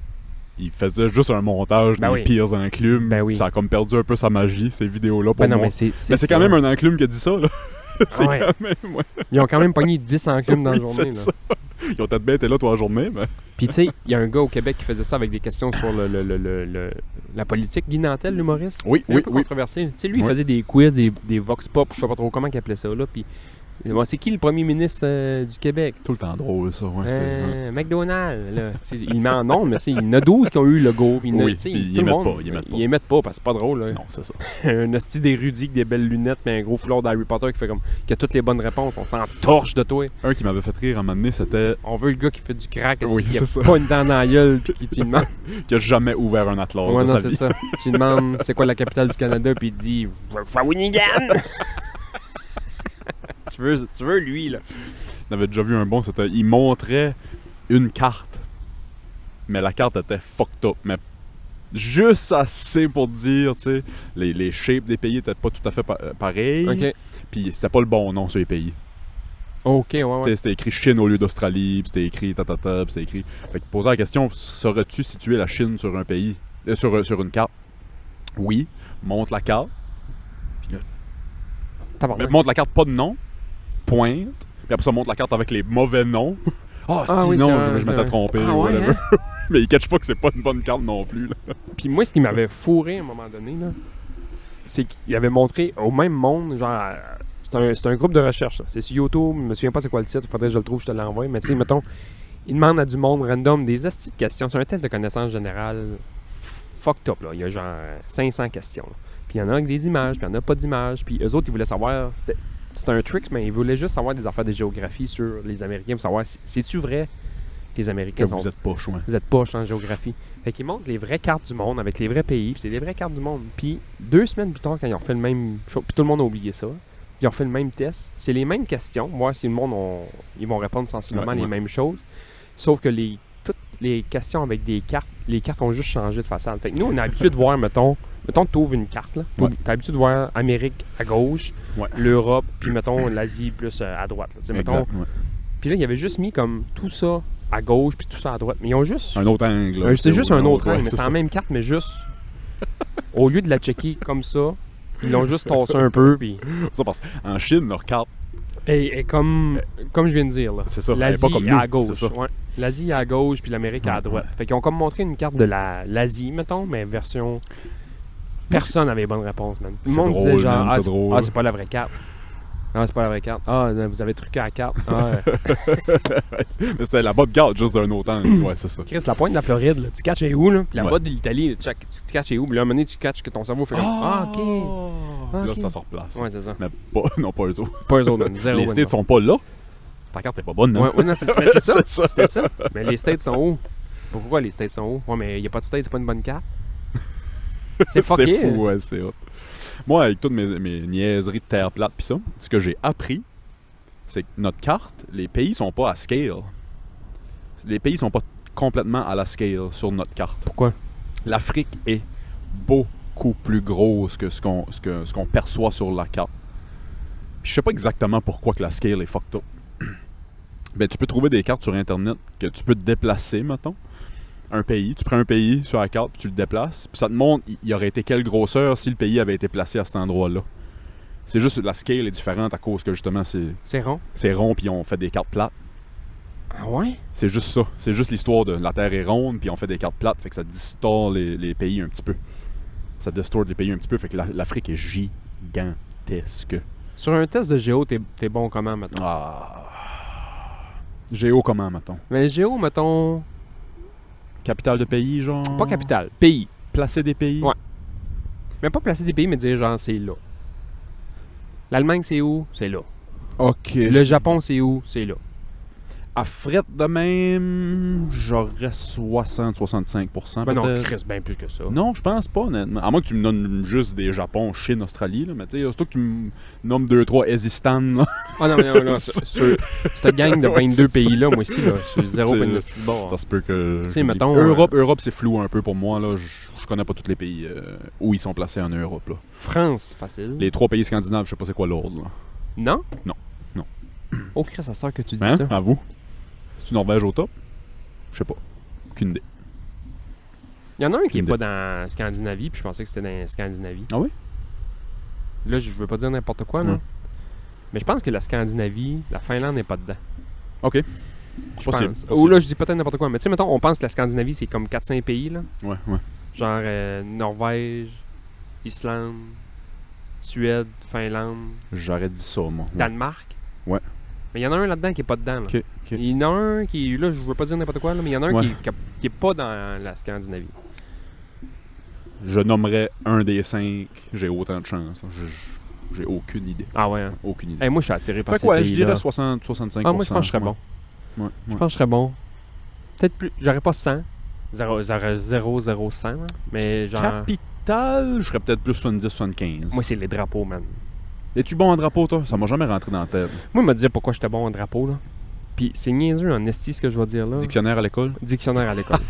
Speaker 2: il faisait juste un montage
Speaker 3: Ben
Speaker 2: des
Speaker 3: oui.
Speaker 2: pires enclumes,
Speaker 3: Ben oui.
Speaker 2: ça a comme perdu un peu sa magie, ces vidéos-là pour
Speaker 3: Ben non,
Speaker 2: moi.
Speaker 3: mais c'est.
Speaker 2: mais c'est
Speaker 3: ça.
Speaker 2: quand même un enclume qui a dit ça, là. c'est
Speaker 3: Ah Ouais.
Speaker 2: quand même, ouais.
Speaker 3: Ils ont quand même pogné 10 enclumes dans la
Speaker 2: Oui,
Speaker 3: journée,
Speaker 2: c'est
Speaker 3: là.
Speaker 2: ça. Ils ont peut-être bien été là toute la journée, mais.
Speaker 3: Puis tu sais, il y a un gars au Québec qui faisait ça avec des questions sur le, le- le- le- le- la politique. Guy Nantel, l'humoriste.
Speaker 2: Oui,
Speaker 3: Un peu controversé. Tu sais, lui, il
Speaker 2: Oui.
Speaker 3: faisait des quiz, des, des vox pop, je sais pas trop comment il appelait ça, là. Puis Bon, c'est qui le premier ministre euh, du Québec?
Speaker 2: Tout le temps drôle, ça. Ouais, c'est- ouais.
Speaker 3: Euh, McDonald's, là. C'est- Il met en nombre, mais c'est- il y en a 12 qui ont eu le go. puis il y en a-
Speaker 2: Oui,
Speaker 3: tu sais,
Speaker 2: puis ils
Speaker 3: tout le
Speaker 2: émettent
Speaker 3: monde-
Speaker 2: pas, ils émettent pas.
Speaker 3: Ils émettent pas, parce que c'est pas drôle. là.
Speaker 2: Non, c'est ça.
Speaker 3: un hostie d'érudit avec des belles lunettes, mais un gros foulard d'Harry Potter qui fait comme qui a toutes les bonnes réponses. On s'en torche de toi.
Speaker 2: Un qui m'avait fait rire à un moment donné, c'était
Speaker 3: On veut le gars qui fait du crack,
Speaker 2: Oui,
Speaker 3: qui
Speaker 2: c'est ça.
Speaker 3: a pas une dent dans la gueule, puis qui tu lui demandes.
Speaker 2: qui a jamais ouvert un atlas
Speaker 3: ouais,
Speaker 2: dans
Speaker 3: non,
Speaker 2: sa
Speaker 3: c'est
Speaker 2: vie.
Speaker 3: ça. Tu lui demandes c'est quoi la capitale du Canada, puis il te dit Shawinigan. tu veux, tu veux lui là.
Speaker 2: On avait déjà vu un bon, c'était. Il montrait une carte. Mais la carte était fucked up. Mais juste assez pour dire, tu sais. Les, les shapes des pays étaient pas tout à fait pa- euh, pareilles.
Speaker 3: Ok,
Speaker 2: Puis c'était pas le bon nom sur les pays.
Speaker 3: ok, ouais, ouais.
Speaker 2: Tu sais, C'était écrit Chine au lieu d'Australie, puis c'était écrit tatata, puis c'était écrit. Fait que poser la question, saurais-tu situer la Chine sur un pays, euh, sur, euh, sur une carte Oui, montre la carte,
Speaker 3: Tabarnak. Ah
Speaker 2: mais montre la carte pas de nom, pointe, puis après ça montre la carte avec les mauvais noms. Ah,
Speaker 3: Ah
Speaker 2: si
Speaker 3: oui,
Speaker 2: non,
Speaker 3: c'est
Speaker 2: je,
Speaker 3: un-
Speaker 2: je m'étais
Speaker 3: c'est un-
Speaker 2: trompé,
Speaker 3: Ah
Speaker 2: ou
Speaker 3: ouais,
Speaker 2: whatever. mais il catch pas que c'est pas une bonne carte non plus. là.
Speaker 3: Puis moi, ce qui m'avait fourré à un moment donné, là, c'est qu'il avait montré au même monde, genre. euh, C'est un, c'est un groupe de recherche, ça. c'est sur YouTube, je me souviens pas c'est quoi le titre, faudrait que je le trouve, je te l'envoie, mais tu sais, mettons, il demande à du monde random des astuces de questions, c'est un test de connaissance générale fucked up, là. il y a genre euh, 500 questions. là. Puis il y en a avec des images, puis il y en a pas d'images, puis eux autres, ils voulaient savoir, c'était c'était un trick, mais ils voulaient juste savoir des affaires de géographie sur les Américains, pour savoir, si- c'est-tu vrai que les Américains sont
Speaker 2: vous êtes pas chouin.
Speaker 3: vous êtes poche en géographie. Fait qu'ils montrent les vraies cartes du monde avec les vrais pays, puis c'est les vraies cartes du monde. Puis deux semaines plus tard, quand ils ont fait le même show, puis tout le monde a oublié ça, ils ont fait le même test. C'est les mêmes questions, voir si le monde, ont- ils vont répondre sensiblement
Speaker 2: Ouais,
Speaker 3: les
Speaker 2: ouais.
Speaker 3: mêmes choses. Sauf que les, toutes les questions avec des cartes, les cartes ont juste changé de façade. Fait que nous, on est habitué de voir, mettons, mettons, tu ouvres une carte, là. T'es
Speaker 2: Ouais.
Speaker 3: t'es habitué de voir Amérique à gauche,
Speaker 2: Ouais.
Speaker 3: l'Europe, puis mettons l'Asie plus euh, à droite. là. Tu sais, mettons,
Speaker 2: Exact, ouais.
Speaker 3: puis là, ils avaient juste mis comme tout ça à gauche, puis tout ça à droite. Mais ils ont juste
Speaker 2: Un autre angle. là,
Speaker 3: euh, c'est
Speaker 2: ou
Speaker 3: juste un autre
Speaker 2: ouais,
Speaker 3: angle,
Speaker 2: c'est
Speaker 3: mais c'est la
Speaker 2: ça.
Speaker 3: même carte, mais juste. Au lieu de la checker comme ça, ils l'ont juste tossé un peu, puis.
Speaker 2: Ça parce qu'en Chine, leur carte,
Speaker 3: Et, et comme, comme je viens de dire, là.
Speaker 2: c'est ça. elle est
Speaker 3: L'Asie
Speaker 2: pas comme
Speaker 3: est
Speaker 2: nous,
Speaker 3: à
Speaker 2: c'est
Speaker 3: gauche.
Speaker 2: ça.
Speaker 3: ouais. L'Asie est à gauche, puis l'Amérique est à
Speaker 2: Ouais,
Speaker 3: droite. Fait qu'ils ont comme montré une carte de la- l'Asie, mettons, mais version. Personne n'avait les bonnes réponses, man. Tout le
Speaker 2: C'est
Speaker 3: monde disait
Speaker 2: drôle,
Speaker 3: genre,
Speaker 2: man,
Speaker 3: ah,
Speaker 2: c'est
Speaker 3: c'est
Speaker 2: drôle.
Speaker 3: ah, c'est pas la vraie carte. Ah, c'est pas la vraie carte. Ah, vous avez truqué la carte. Ah, euh,
Speaker 2: Mais c'était la bonne carte, juste d'un autre angle. Ouais, c'est ça.
Speaker 3: Chris, la pointe de la Floride, là, tu catches est où, là? Puis la
Speaker 2: Ouais.
Speaker 3: botte de l'Italie, là, tu check- tu catches est où? Puis là, à un moment donné, tu catches que ton cerveau fait comme Ah, ok. Ah,
Speaker 2: Puis
Speaker 3: ok.
Speaker 2: Là, ça se replace.
Speaker 3: Ouais, c'est ça.
Speaker 2: Mais pas, non, pas eux autres.
Speaker 3: Pas eux autres, man. Zéro.
Speaker 2: les
Speaker 3: man.
Speaker 2: States sont pas là. Ta carte est pas bonne, non?
Speaker 3: hein. Ouais, ouais, non, c'est mais c'est ça.
Speaker 2: C'est ça.
Speaker 3: C'était ça. Mais les States sont hauts. Pourquoi les States sont hauts? Ouais, mais il n'y a pas de States, c'est pas une bonne carte. C'est fucké.
Speaker 2: fou, ouais, c'est hot. Moi, avec toutes mes, mes niaiseries de terre plate pis ça, ce que j'ai appris, c'est que notre carte, les pays sont pas à scale. Les pays sont pas complètement à la scale sur notre carte.
Speaker 3: Pourquoi?
Speaker 2: L'Afrique est beaucoup plus grosse que ce qu'on ce que- ce qu'on perçoit sur la carte. Puis je sais pas exactement pourquoi que la scale est fucked up. Ben, tu peux trouver des cartes sur Internet que tu peux te déplacer, mettons. Un pays, tu prends un pays sur la carte, puis tu le déplaces, puis ça te montre il- il aurait été quelle grosseur si le pays avait été placé à cet endroit-là. C'est juste la scale est différente à cause que justement c'est
Speaker 3: C'est rond.
Speaker 2: c'est rond puis on fait des cartes plates.
Speaker 3: Ah ouais?
Speaker 2: C'est juste ça. C'est juste l'histoire de la Terre est ronde, puis on fait des cartes plates, fait que ça distord les, les pays un petit peu. Ça distord les pays un petit peu, fait que la- l'Afrique est gigantesque.
Speaker 3: Sur un test de géo, t'es t'es bon comment, mettons?
Speaker 2: Ah. Géo comment, mettons?
Speaker 3: Mais géo, mettons.
Speaker 2: Capitale de pays, genre?
Speaker 3: Pas capitale, pays.
Speaker 2: Placer des pays?
Speaker 3: Ouais. Mais pas placer des pays, mais dire genre, c'est là. L'Allemagne, c'est où? C'est là.
Speaker 2: OK.
Speaker 3: Le Japon, c'est où? C'est là.
Speaker 2: À fret de même, j'aurais 60-65%.
Speaker 3: Ben non,
Speaker 2: peut-être.
Speaker 3: Chris, bien plus que ça.
Speaker 2: Non, je pense pas, honnêtement. À moins que tu me nommes juste des Japon, Chine, Australie, là, mais tu sais, surtout que tu me nommes 2-3 Hésistan, là.
Speaker 3: Ah non, mais non, non, ce- ce- cette gang de
Speaker 2: Ouais,
Speaker 3: 22
Speaker 2: c'est ça.
Speaker 3: pays-là, moi aussi, là, je suis zéro
Speaker 2: C'est-
Speaker 3: pas une hostie de bord.
Speaker 2: Ça se peut que.
Speaker 3: Tu sais, mettons, euh,
Speaker 2: Europe, Europe, c'est flou un peu pour moi, là. Je je connais pas tous les pays euh, où ils sont placés en Europe, là.
Speaker 3: France, facile.
Speaker 2: Les trois pays scandinaves, je sais pas c'est quoi l'ordre, là.
Speaker 3: Non?
Speaker 2: Non, non.
Speaker 3: Oh, Chris, ça sort que tu dis
Speaker 2: Hein?
Speaker 3: ça.
Speaker 2: À vous? C'est-tu Norvège au top? Je sais pas. Aucune idée.
Speaker 3: Il y en a un qui est
Speaker 2: Aucune
Speaker 3: pas dans Scandinavie, puis je pensais que c'était dans Scandinavie.
Speaker 2: Ah oui?
Speaker 3: Là, je veux pas dire n'importe quoi, là.
Speaker 2: Ouais.
Speaker 3: Mais je pense que la Scandinavie, la Finlande n'est pas dedans.
Speaker 2: Ok.
Speaker 3: Je
Speaker 2: Possible,
Speaker 3: pense. Ou
Speaker 2: possible.
Speaker 3: là, je dis peut-être n'importe quoi. Mais tu sais, mettons, on pense que la Scandinavie, c'est comme 4-5 pays, là.
Speaker 2: Ouais, ouais.
Speaker 3: Genre euh, Norvège, Islande, Suède, Finlande,
Speaker 2: J'aurais dit ça, moi. Ouais.
Speaker 3: Danemark.
Speaker 2: Ouais.
Speaker 3: Mais il y en a un là-dedans qui est pas dedans. là.
Speaker 2: Ok, ok.
Speaker 3: Il y en a un qui, là, je veux pas dire n'importe quoi, là, mais il y en a un
Speaker 2: Ouais.
Speaker 3: qui, qui, a- qui est pas dans la Scandinavie.
Speaker 2: Je nommerais un des cinq. J'ai autant de chance. Je- J'ai aucune idée.
Speaker 3: Ah ouais. hein.
Speaker 2: Aucune idée.
Speaker 3: Hey, moi, je suis attiré par
Speaker 2: fait
Speaker 3: ces
Speaker 2: quoi, je
Speaker 3: pays-là.
Speaker 2: dirais 60, 65%.
Speaker 3: Ah, moi, je pense que je serais bon.
Speaker 2: Ouais, ouais,
Speaker 3: Je
Speaker 2: ouais.
Speaker 3: pense que je serais bon. Peut-être plus. J'aurais pas 100. J'aurais j'aurais 0, 0, 100. là. Mais genre.
Speaker 2: Capital, je serais peut-être plus 70, 75.
Speaker 3: Moi, c'est les drapeaux, man.
Speaker 2: Es-tu bon en drapeau, toi Ça m'a jamais rentré dans la tête.
Speaker 3: Moi, il m'a dit pourquoi j'étais bon en drapeau, là. Puis c'est niaiseux en esti ce que je vais dire là.
Speaker 2: Dictionnaire à l'école
Speaker 3: Dictionnaire à l'école.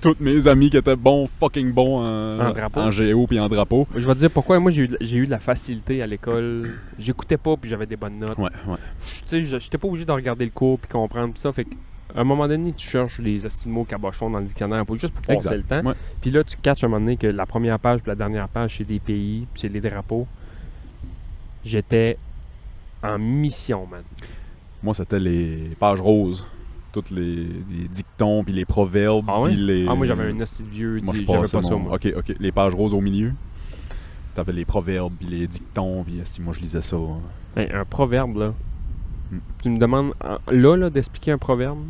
Speaker 2: Toutes mes amis qui étaient bons, fucking bons en,
Speaker 3: En drapeau.
Speaker 2: en géo puis en drapeau.
Speaker 3: je vais te dire pourquoi moi j'ai eu, de- j'ai eu de la facilité à l'école. J'écoutais pas puis j'avais des bonnes notes.
Speaker 2: Ouais, ouais.
Speaker 3: Tu sais, je- j'étais pas obligé de regarder le cours puis comprendre pis ça. Fait que, à un moment donné, tu cherches les esti de mots cabochons dans le dictionnaire pour, juste pour passer
Speaker 2: Exact.
Speaker 3: le temps.
Speaker 2: Ouais.
Speaker 3: Puis là, tu catches à un moment donné que la première page puis la dernière page, c'est des pays puis c'est les drapeaux. J'étais en mission, man.
Speaker 2: Moi, c'était les pages roses. Toutes les, les dictons, puis les proverbes,
Speaker 3: Ah ouais?
Speaker 2: puis les...
Speaker 3: Ah, moi j'avais un esti de vieux.
Speaker 2: Moi,
Speaker 3: dis-
Speaker 2: je
Speaker 3: J'avais
Speaker 2: passais
Speaker 3: pas ça,
Speaker 2: mon-
Speaker 3: moi.
Speaker 2: OK, OK. Les pages roses au milieu. T'avais les proverbes, puis les dictons, puis esti, moi, je lisais ça. hein.
Speaker 3: Hey, un proverbe, là.
Speaker 2: Hmm.
Speaker 3: Tu me demandes, en- là, là, d'expliquer un proverbe?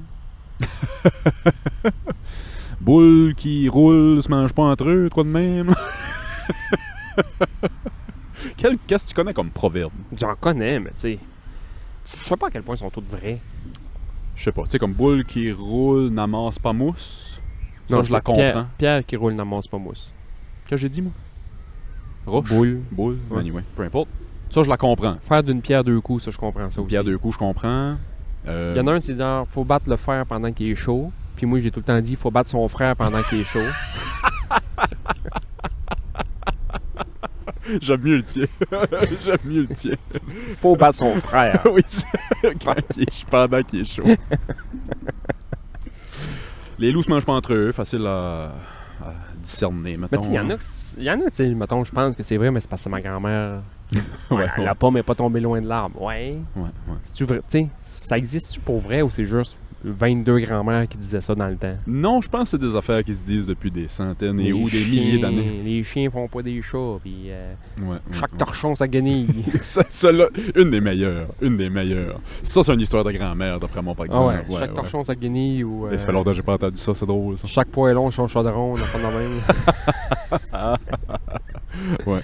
Speaker 2: Boule qui roule, se mange pas entre eux, toi de même. Quel- Qu'est-ce que tu connais comme proverbe?
Speaker 3: J'en connais, mais tu sais. Je sais pas à quel point ils sont tous vrais.
Speaker 2: Je sais pas. Tu sais, comme boule qui roule, n'amasse pas mousse. Ça, je
Speaker 3: c'est
Speaker 2: la
Speaker 3: Pierre-
Speaker 2: comprends.
Speaker 3: Pierre qui roule n'amasse pas mousse.
Speaker 2: Qu'est-ce que j'ai dit, moi? Roche.
Speaker 3: Boule.
Speaker 2: Boule.
Speaker 3: Ouais.
Speaker 2: Anyway, peu importe. Ça, je la comprends.
Speaker 3: Faire d'une pierre deux coups, ça, je comprends ça aussi.
Speaker 2: Pierre deux coups, je comprends. Euh,
Speaker 3: Il y en a un, c'est genre, faut battre le fer pendant qu'il est chaud. Puis moi, j'ai tout le temps dit, faut battre son frère pendant qu'il est chaud.
Speaker 2: J'aime mieux le tien. J'aime mieux le tien.
Speaker 3: Faut battre son frère.
Speaker 2: oui, c'est- quand il est- pendant qu'il est chaud. Les loups se mangent pas entre eux, facile à, à discerner, mettons.
Speaker 3: Mais tu sais, il y en a, que c'est- il y en a, tu sais, mettons, je pense que c'est vrai, mais c'est parce que ma grand-mère,
Speaker 2: Ouais,
Speaker 3: la,
Speaker 2: ouais,
Speaker 3: la pomme est pas tombée loin de l'arbre. Ouais.
Speaker 2: ouais, ouais.
Speaker 3: C'est-tu vrai? Tu sais, ça existe-tu pour vrai ou c'est juste 22 grand-mères qui disaient ça dans le temps?
Speaker 2: Non, je pense que c'est des affaires qui se disent depuis des centaines et ou des milliers
Speaker 3: chiens-
Speaker 2: d'années.
Speaker 3: Les chiens font pas des chats, puis euh,
Speaker 2: Ouais, ouais,
Speaker 3: chaque
Speaker 2: ouais.
Speaker 3: torchon sa guenille.
Speaker 2: Ça- Celle-là, une des meilleures. Une des meilleures. Ça, c'est une histoire de grand-mère, d'après moi, par
Speaker 3: ah
Speaker 2: exemple.
Speaker 3: ouais, chaque torchon sa guenille ou.
Speaker 2: Eh, Ça fait
Speaker 3: euh,
Speaker 2: longtemps que j'ai pas entendu ça, c'est drôle, ça.
Speaker 3: Chaque poêlon, son chaudron, on de même.
Speaker 2: Ouais,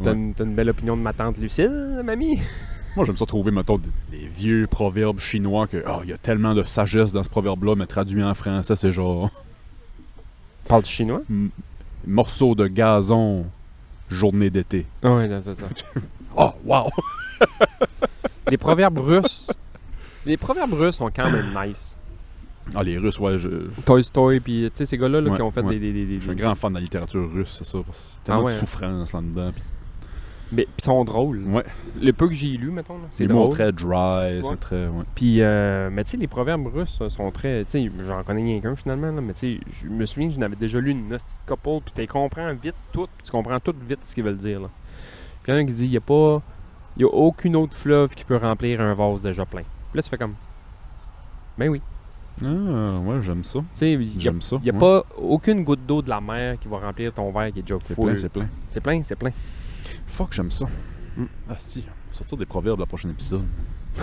Speaker 3: T'as
Speaker 2: ouais.
Speaker 3: une, t'as une belle opinion de ma tante Lucille, mamie?
Speaker 2: Moi, j'aime ça trouver, mettons, des, des vieux proverbes chinois que, oh, il y a tellement de sagesse dans ce proverbe-là, mais traduit en français, c'est genre,
Speaker 3: Parle-tu chinois?
Speaker 2: m- morceau de gazon, journée d'été.
Speaker 3: Ah ouais, c'est ça.
Speaker 2: Oh, wow!
Speaker 3: les proverbes russes. Les proverbes russes sont quand même nice.
Speaker 2: Ah, les Russes, ouais, je,
Speaker 3: Toy Story, puis tu sais, ces gars-là là,
Speaker 2: Ouais,
Speaker 3: qui ont fait
Speaker 2: ouais.
Speaker 3: des. des, des,
Speaker 2: je suis un
Speaker 3: des...
Speaker 2: grand fan de la littérature russe, c'est ça, parce que c'est tellement
Speaker 3: Ah ouais,
Speaker 2: de
Speaker 3: hein.
Speaker 2: souffrance là-dedans. puis-
Speaker 3: Mais pis sont drôles.
Speaker 2: Ouais,
Speaker 3: Le peu que j'ai lu, mettons, là, c'est
Speaker 2: les mots
Speaker 3: drôle.
Speaker 2: très dry,
Speaker 3: Ouais.
Speaker 2: c'est très, ouais.
Speaker 3: Puis, euh, mais tu sais, les proverbes russes euh, sont très. Tu sais, j'en connais rien qu'un finalement, là, mais tu sais, je me souviens que j'en avais déjà lu une hostie de couple, puis tu les comprends vite tout, puis tu comprends tout vite ce qu'ils veulent dire. Là. Puis il y en a un qui dit il n'y a pas. Il n'y a aucune autre fleuve qui peut remplir un vase déjà plein. Puis là, tu fais comme. Ben oui.
Speaker 2: Ah, ouais, j'aime ça.
Speaker 3: Tu sais, il n'y a,
Speaker 2: J'aime ça.
Speaker 3: il y a
Speaker 2: Mm-hmm. ouais.
Speaker 3: pas aucune goutte d'eau de la mer qui va remplir ton verre qui est déjà
Speaker 2: C'est
Speaker 3: full.
Speaker 2: plein, c'est plein.
Speaker 3: C'est plein, c'est plein.
Speaker 2: Fuck, j'aime ça.
Speaker 3: Mm.
Speaker 2: Ah, si. Sortir des proverbes la prochaine épisode.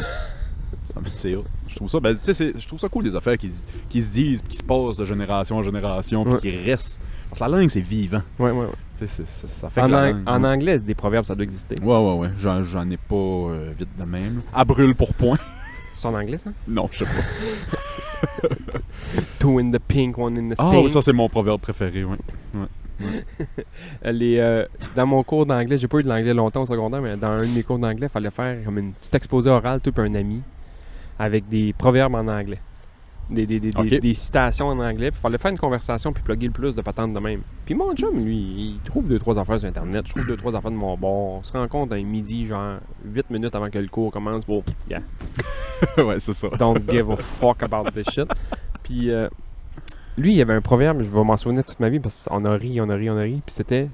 Speaker 2: Ça me- c'est hot. Je trouve ça, ben, tu sais, c'est- je trouve ça cool des affaires qui, se- qui se disent, puis qui se passent de génération en génération, puis
Speaker 3: Ouais.
Speaker 2: qui restent. Parce que la langue, c'est vivant.
Speaker 3: Ouais, ouais, ouais.
Speaker 2: Tu sais, c'est- ça, ça fait
Speaker 3: En,
Speaker 2: que la
Speaker 3: ang-
Speaker 2: langue- hein.
Speaker 3: en anglais, des proverbes, ça doit exister.
Speaker 2: Ouais, ouais, ouais. J'en, j'en ai pas euh, vite de même. là. À brûle pour point.
Speaker 3: C'est en anglais, ça
Speaker 2: non, je sais pas.
Speaker 3: Two in the pink, one in the
Speaker 2: Ah,
Speaker 3: stink.
Speaker 2: ouais, ça, c'est mon proverbe préféré, ouais.
Speaker 3: Euh, les, euh, dans mon cours d'anglais, j'ai pas eu de l'anglais longtemps au secondaire, mais dans un de mes cours d'anglais, il fallait faire comme une petite exposé orale, tout pour un ami, avec des proverbes en anglais. Des, des, des, des-
Speaker 2: Ok.
Speaker 3: des citations en anglais, puis il fallait faire une conversation, puis plugger le plus de patentes de même. Puis mon chum, lui, il trouve deux, trois affaires sur Internet, je trouve deux, trois affaires de mon bord. On se rend compte un midi, genre, huit minutes avant que le cours commence, pour yeah,
Speaker 2: ouais, c'est ça.
Speaker 3: don't give a fuck about this shit. Puis euh, lui, il y avait un proverbe, je vais m'en souvenir toute ma vie parce qu'on a ri, on a ri, on a ri. Puis c'était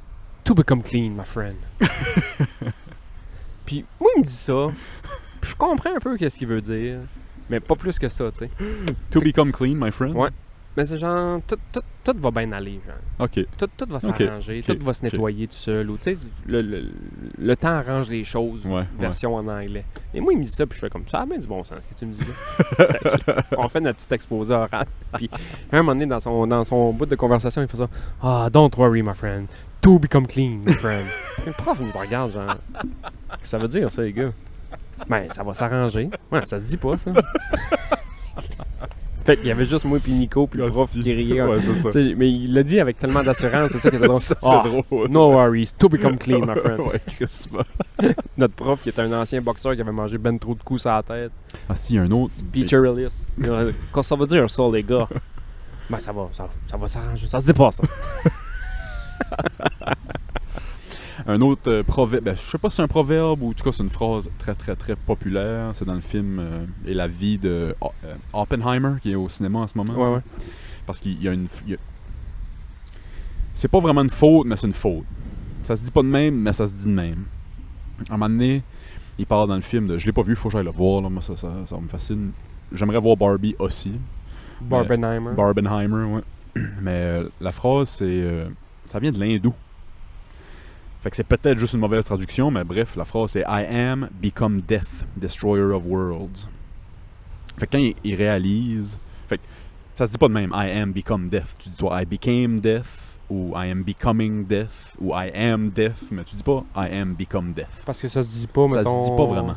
Speaker 3: To become clean, my friend. puis moi, il me dit ça. Puis je comprends un peu qu'est-ce qu'il veut dire. Mais pas plus que ça, tu sais.
Speaker 2: To become clean, my friend.
Speaker 3: Ouais. Mais c'est genre, tout, tout, tout va bien aller, genre.
Speaker 2: Ok.
Speaker 3: Tout, tout va
Speaker 2: Ok,
Speaker 3: s'arranger,
Speaker 2: ok,
Speaker 3: tout va se nettoyer tout seul. Ou, tu sais, le, le- le temps arrange les choses,
Speaker 2: Ouais. ouais.
Speaker 3: version en anglais. Et moi, il me dit ça, puis je fais comme ça, a bien du bon sens, ce que tu me dis là. on fait notre petit exposé oral. Puis, à un moment donné, dans son, dans son bout de conversation, il fait ça Ah, don't worry, my friend. Tout become clean, my friend. le prof il me regarde, genre. Qu'est-ce que ça veut dire, ça, les gars Ben, ça va s'arranger. Ouais, ça se dit pas, ça. fait qu'il y avait juste moi, puis Nico, puis le prof qui riait.
Speaker 2: Ah, Ouais, c'est ça.
Speaker 3: Tu sais, Mais il l'a dit avec tellement d'assurance, c'est ça qui était drôle.
Speaker 2: Ça, c'est
Speaker 3: Ah,
Speaker 2: drôle.
Speaker 3: No worries, to become clean, my friend.
Speaker 2: ouais, crissement.
Speaker 3: Notre prof, qui était un ancien boxeur qui avait mangé ben trop de coups sur la tête.
Speaker 2: Ah, si, il y a un autre.
Speaker 3: Peter Ellis. Qu'est-ce que ça veut dire, ça, les gars? Ben, ça va, ça, ça va s'arranger. Ça se dit pas, ça.
Speaker 2: Un autre euh, proverbe, ben, je sais pas si c'est un proverbe ou en tout cas c'est une phrase très très très populaire. C'est dans le film euh, Et la vie de O- euh, Oppenheimer qui est au cinéma en ce moment.
Speaker 3: Ouais, ouais.
Speaker 2: Parce qu'il y a une. f- il y a- C'est pas vraiment une faute, mais c'est une faute. Ça se dit pas de même, mais ça se dit de même. À un moment donné, il parle dans le film de. Je l'ai pas vu, faut que j'aille le voir, là, moi ça, ça, ça me fascine. J'aimerais voir Barbie aussi.
Speaker 3: Barbenheimer.
Speaker 2: Barbenheimer, ouais. Mais euh, la phrase, c'est. euh, ça vient de l'hindou. Fait que c'est peut-être juste une mauvaise traduction, mais bref, la phrase c'est I am become death, destroyer of worlds. Fait que quand il, il réalise. Fait que ça se dit pas de même I am become death. Tu dis toi I became death, ou I am becoming death, ou I am death, mais tu dis pas I am become death.
Speaker 3: Parce que ça se dit pas,
Speaker 2: Ça
Speaker 3: mettons.
Speaker 2: se dit pas vraiment.
Speaker 3: La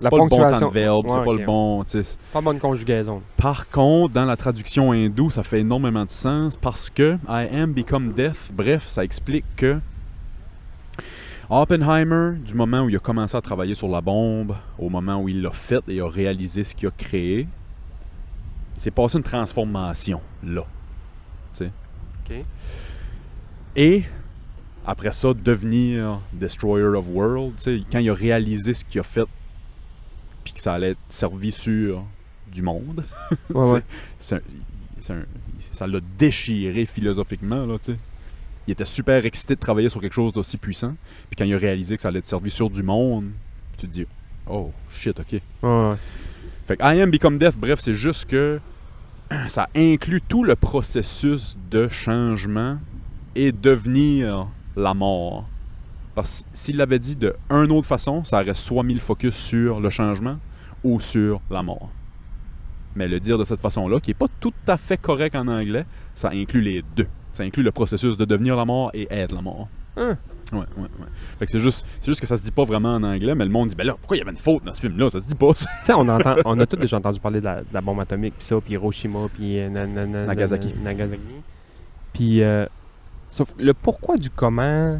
Speaker 2: C'est pas le bon temps
Speaker 3: ponctuation.
Speaker 2: de verbe, c'est
Speaker 3: Ouais,
Speaker 2: pas
Speaker 3: ok.
Speaker 2: le bon. tu sais,
Speaker 3: Pas bonne conjugaison.
Speaker 2: par contre, dans la traduction hindoue, ça fait énormément de sens parce que I am become death, bref, ça explique que Oppenheimer, du moment où il a commencé à travailler sur la bombe, au moment où il l'a faite et a réalisé ce qu'il a créé, il s'est passé une transformation là. Tu sais.
Speaker 3: Ok.
Speaker 2: Et après ça, devenir Destroyer of World, tu sais, quand il a réalisé ce qu'il a fait, puis que ça allait être servi sur du monde,
Speaker 3: Ouais, ouais.
Speaker 2: c'est un- c'est un- ça l'a déchiré philosophiquement, là, tu sais. Il était super excité de travailler sur quelque chose d'aussi puissant. Puis quand il a réalisé que ça allait être servi sur du monde, tu te dis, oh shit, ok.
Speaker 3: Ouais, ouais.
Speaker 2: Fait que I am become death, bref, c'est juste que ça inclut tout le processus de changement et devenir la mort. Parce que s'il l'avait dit de une autre façon, ça aurait soit mis le focus sur le changement ou sur la mort. Mais le dire de cette façon-là, qui n'est pas tout à fait correct en anglais, ça inclut les deux. Ça inclut le processus de devenir la mort et être la mort.
Speaker 3: Hein.
Speaker 2: Ouais, ouais, ouais. Fait que c'est juste, c'est juste que ça se dit pas vraiment en anglais, mais le monde dit, ben là, pourquoi il y avait une faute dans ce film-là? Ça se dit pas, ça.
Speaker 3: Tu sais, on, entend- on a tous déjà entendu parler de la, de la bombe atomique, puis ça, puis Hiroshima, puis euh, na- na- na-
Speaker 2: Nagasaki.
Speaker 3: na- Nagasaki. Puis, euh, sauf le pourquoi du comment